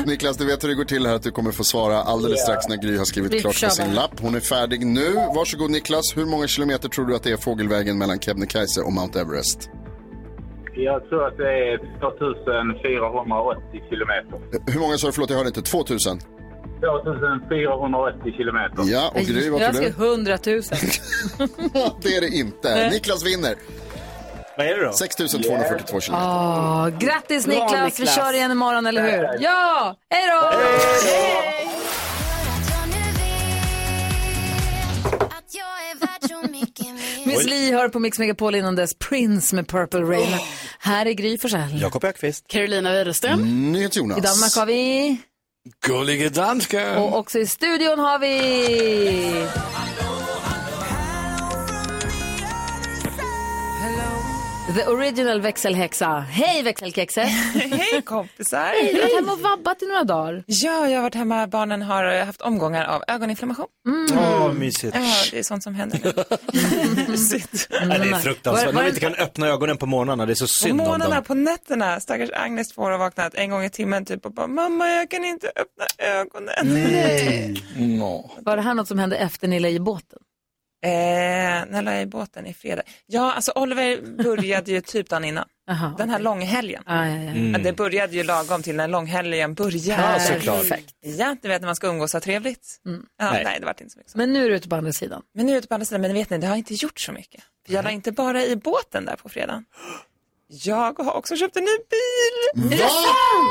S9: Niklas, du vet hur det går till här att du kommer få svara alldeles strax när Gry har
S2: Vi
S9: skrivit klart
S2: kör
S9: på sin
S2: bara.
S9: lapp. Hon är färdig nu. Varsågod Niklas, hur många kilometer tror du att det är fågelvägen mellan Kebnekaise och Mount Everest? Eh,
S11: Jag tror att det är 2480 kilometer.
S9: Eh, Hur många sa du? Förlåt, jag hörde inte. 2000?
S11: 2480 kilometer.
S9: Ja, och Gry, vad
S2: jag
S9: tror
S2: skrev
S9: du?
S2: 100 000.
S9: Det är det inte.
S2: Nej.
S9: Niklas vinner.
S3: Vad är det då?
S9: 6242 kilometer.
S2: Ah, grattis
S5: Bra,
S2: Niklas. vi
S5: Niklas.
S2: kör igen imorgon, eller hur? Ja, hej då! Miss Li hör på Mix Megapol innan dess Prince med Purple Rain. Här är Gry Forssell.
S3: Jakob Ökvist.
S6: Carolina Widerström.
S9: Jonas.
S2: I Danmark har vi...
S10: Gullige dansken.
S2: Och också i studion har vi... The original växelhäxa. Hej växelkexet!
S19: Hej kompisar!
S2: Hej, du har varit hemma och vabbat i några dagar.
S19: Ja, jag har varit hemma. Barnen har eh, haft omgångar av ögoninflammation.
S3: Åh, mysigt.
S19: Mm. Ja, det är sånt som händer nu. Mysigt.
S3: Nej, det är fruktansvärt. När
S19: Var-
S3: de
S19: var-
S3: inte kan öppna ögonen på morgnarna, det är så
S19: På
S3: synd om
S19: morgnarna,
S3: dem.
S19: på nätterna, stackars Agnes två år har vaknat en gång i timmen typ och bara mamma jag kan inte öppna ögonen.
S10: Nå.
S2: Var det här något som hände efter ni la i båten?
S19: Eh, när la jag i båten i fredag? Ja, alltså Oliver började ju typ dagen innan. den här långhelgen.
S2: Mm.
S19: Ja, Det började ju lagom till när långhelgen började.
S2: Ja, såklart. Perfekt.
S19: Ja, du vet när man ska umgås och ha trevligt. Ja, nej.
S2: Nej.
S19: det vart inte så mycket.
S2: Men nu är du ute på andra sidan.
S19: Men nu är det på andra sidan, men vet ni, det har inte gjort så mycket. För jag la inte bara i båten där på fredagen. Jag har också köpt en ny bil!
S3: Va?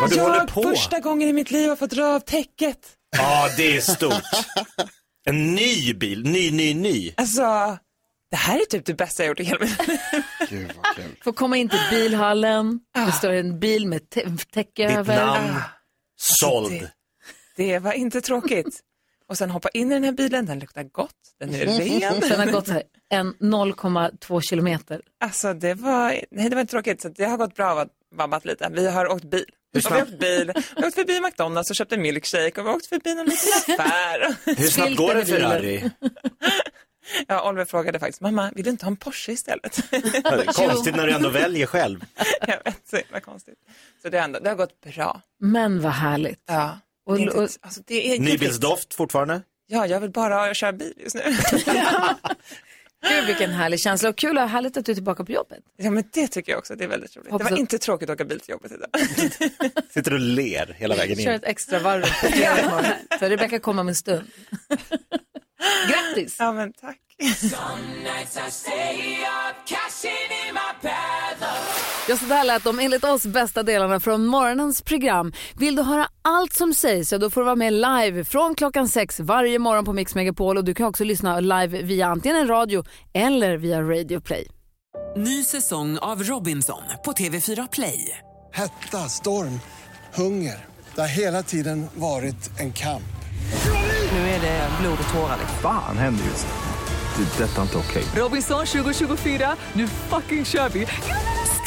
S3: Vad du
S19: jag
S3: håller på.
S19: första gången i mitt liv har fått dra av täcket.
S3: Ja, det är stort. En ny bil, ny, ny, ny.
S19: Alltså, det här är typ det bästa jag gjort i hela mitt liv.
S2: Får komma in till bilhallen.
S19: Ah.
S2: Det står en bil med tä- täcke
S19: Ditt
S2: över. Ah.
S19: namn.
S3: Såld.
S19: Ah. Det var inte tråkigt. Och sen hoppa in i den här bilen, den luktar gott, den är ren.
S2: Den har gått så här en 0,2 kilometer.
S19: Alltså det var, nej det var inte tråkigt, så det har gått bra att vabbat lite. Vi har åkt bil.
S3: Hur
S19: Och Vi har åkt bil, vi har åkt förbi McDonalds och köpt en milkshake och vi har åkt förbi någon liten affär.
S3: Hur snabbt går en Ferrari?
S19: Ja, Oliver frågade faktiskt, mamma vill du inte ha en Porsche istället?
S3: Ja, det är Konstigt när du ändå väljer själv.
S19: Jag vet, så himla konstigt. Så det, har ändå, det har gått bra.
S2: Men vad härligt.
S19: Ja.
S2: Och,
S19: Inte-
S2: och,
S19: alltså, det är
S3: Nybilsdoft fortfarande?
S19: Ja, jag vill bara köra bil just nu.
S2: gud vilken härlig känsla och kul och härligt att du är tillbaka på jobbet.
S19: Ja, men det tycker jag också. Det är väldigt roligt.
S2: Hoppas
S19: det var
S2: att-
S19: inte tråkigt att åka bil till jobbet idag.
S3: Sitter och ler hela vägen
S2: Kör
S3: in.
S2: ett extra varv. För Rebecka kommer om en stund. Grattis!
S19: Ja, men tack.
S7: Ja, så där lät de enligt oss bästa delarna från morgonens program. Vill du höra allt som sägs så då får du vara med live från klockan sex varje morgon på Mix Megapol och du kan också lyssna live via antingen en radio eller via Radio Play.
S20: Ny säsong av Robinson på TV4 Play.
S8: Hetta, storm, hunger. Det har hela tiden varit en kamp.
S20: Nu är det blod och tårar.
S21: Fan händer just nu. Det. är Detta är inte okej.
S20: Robinson 2024, nu fucking kör vi!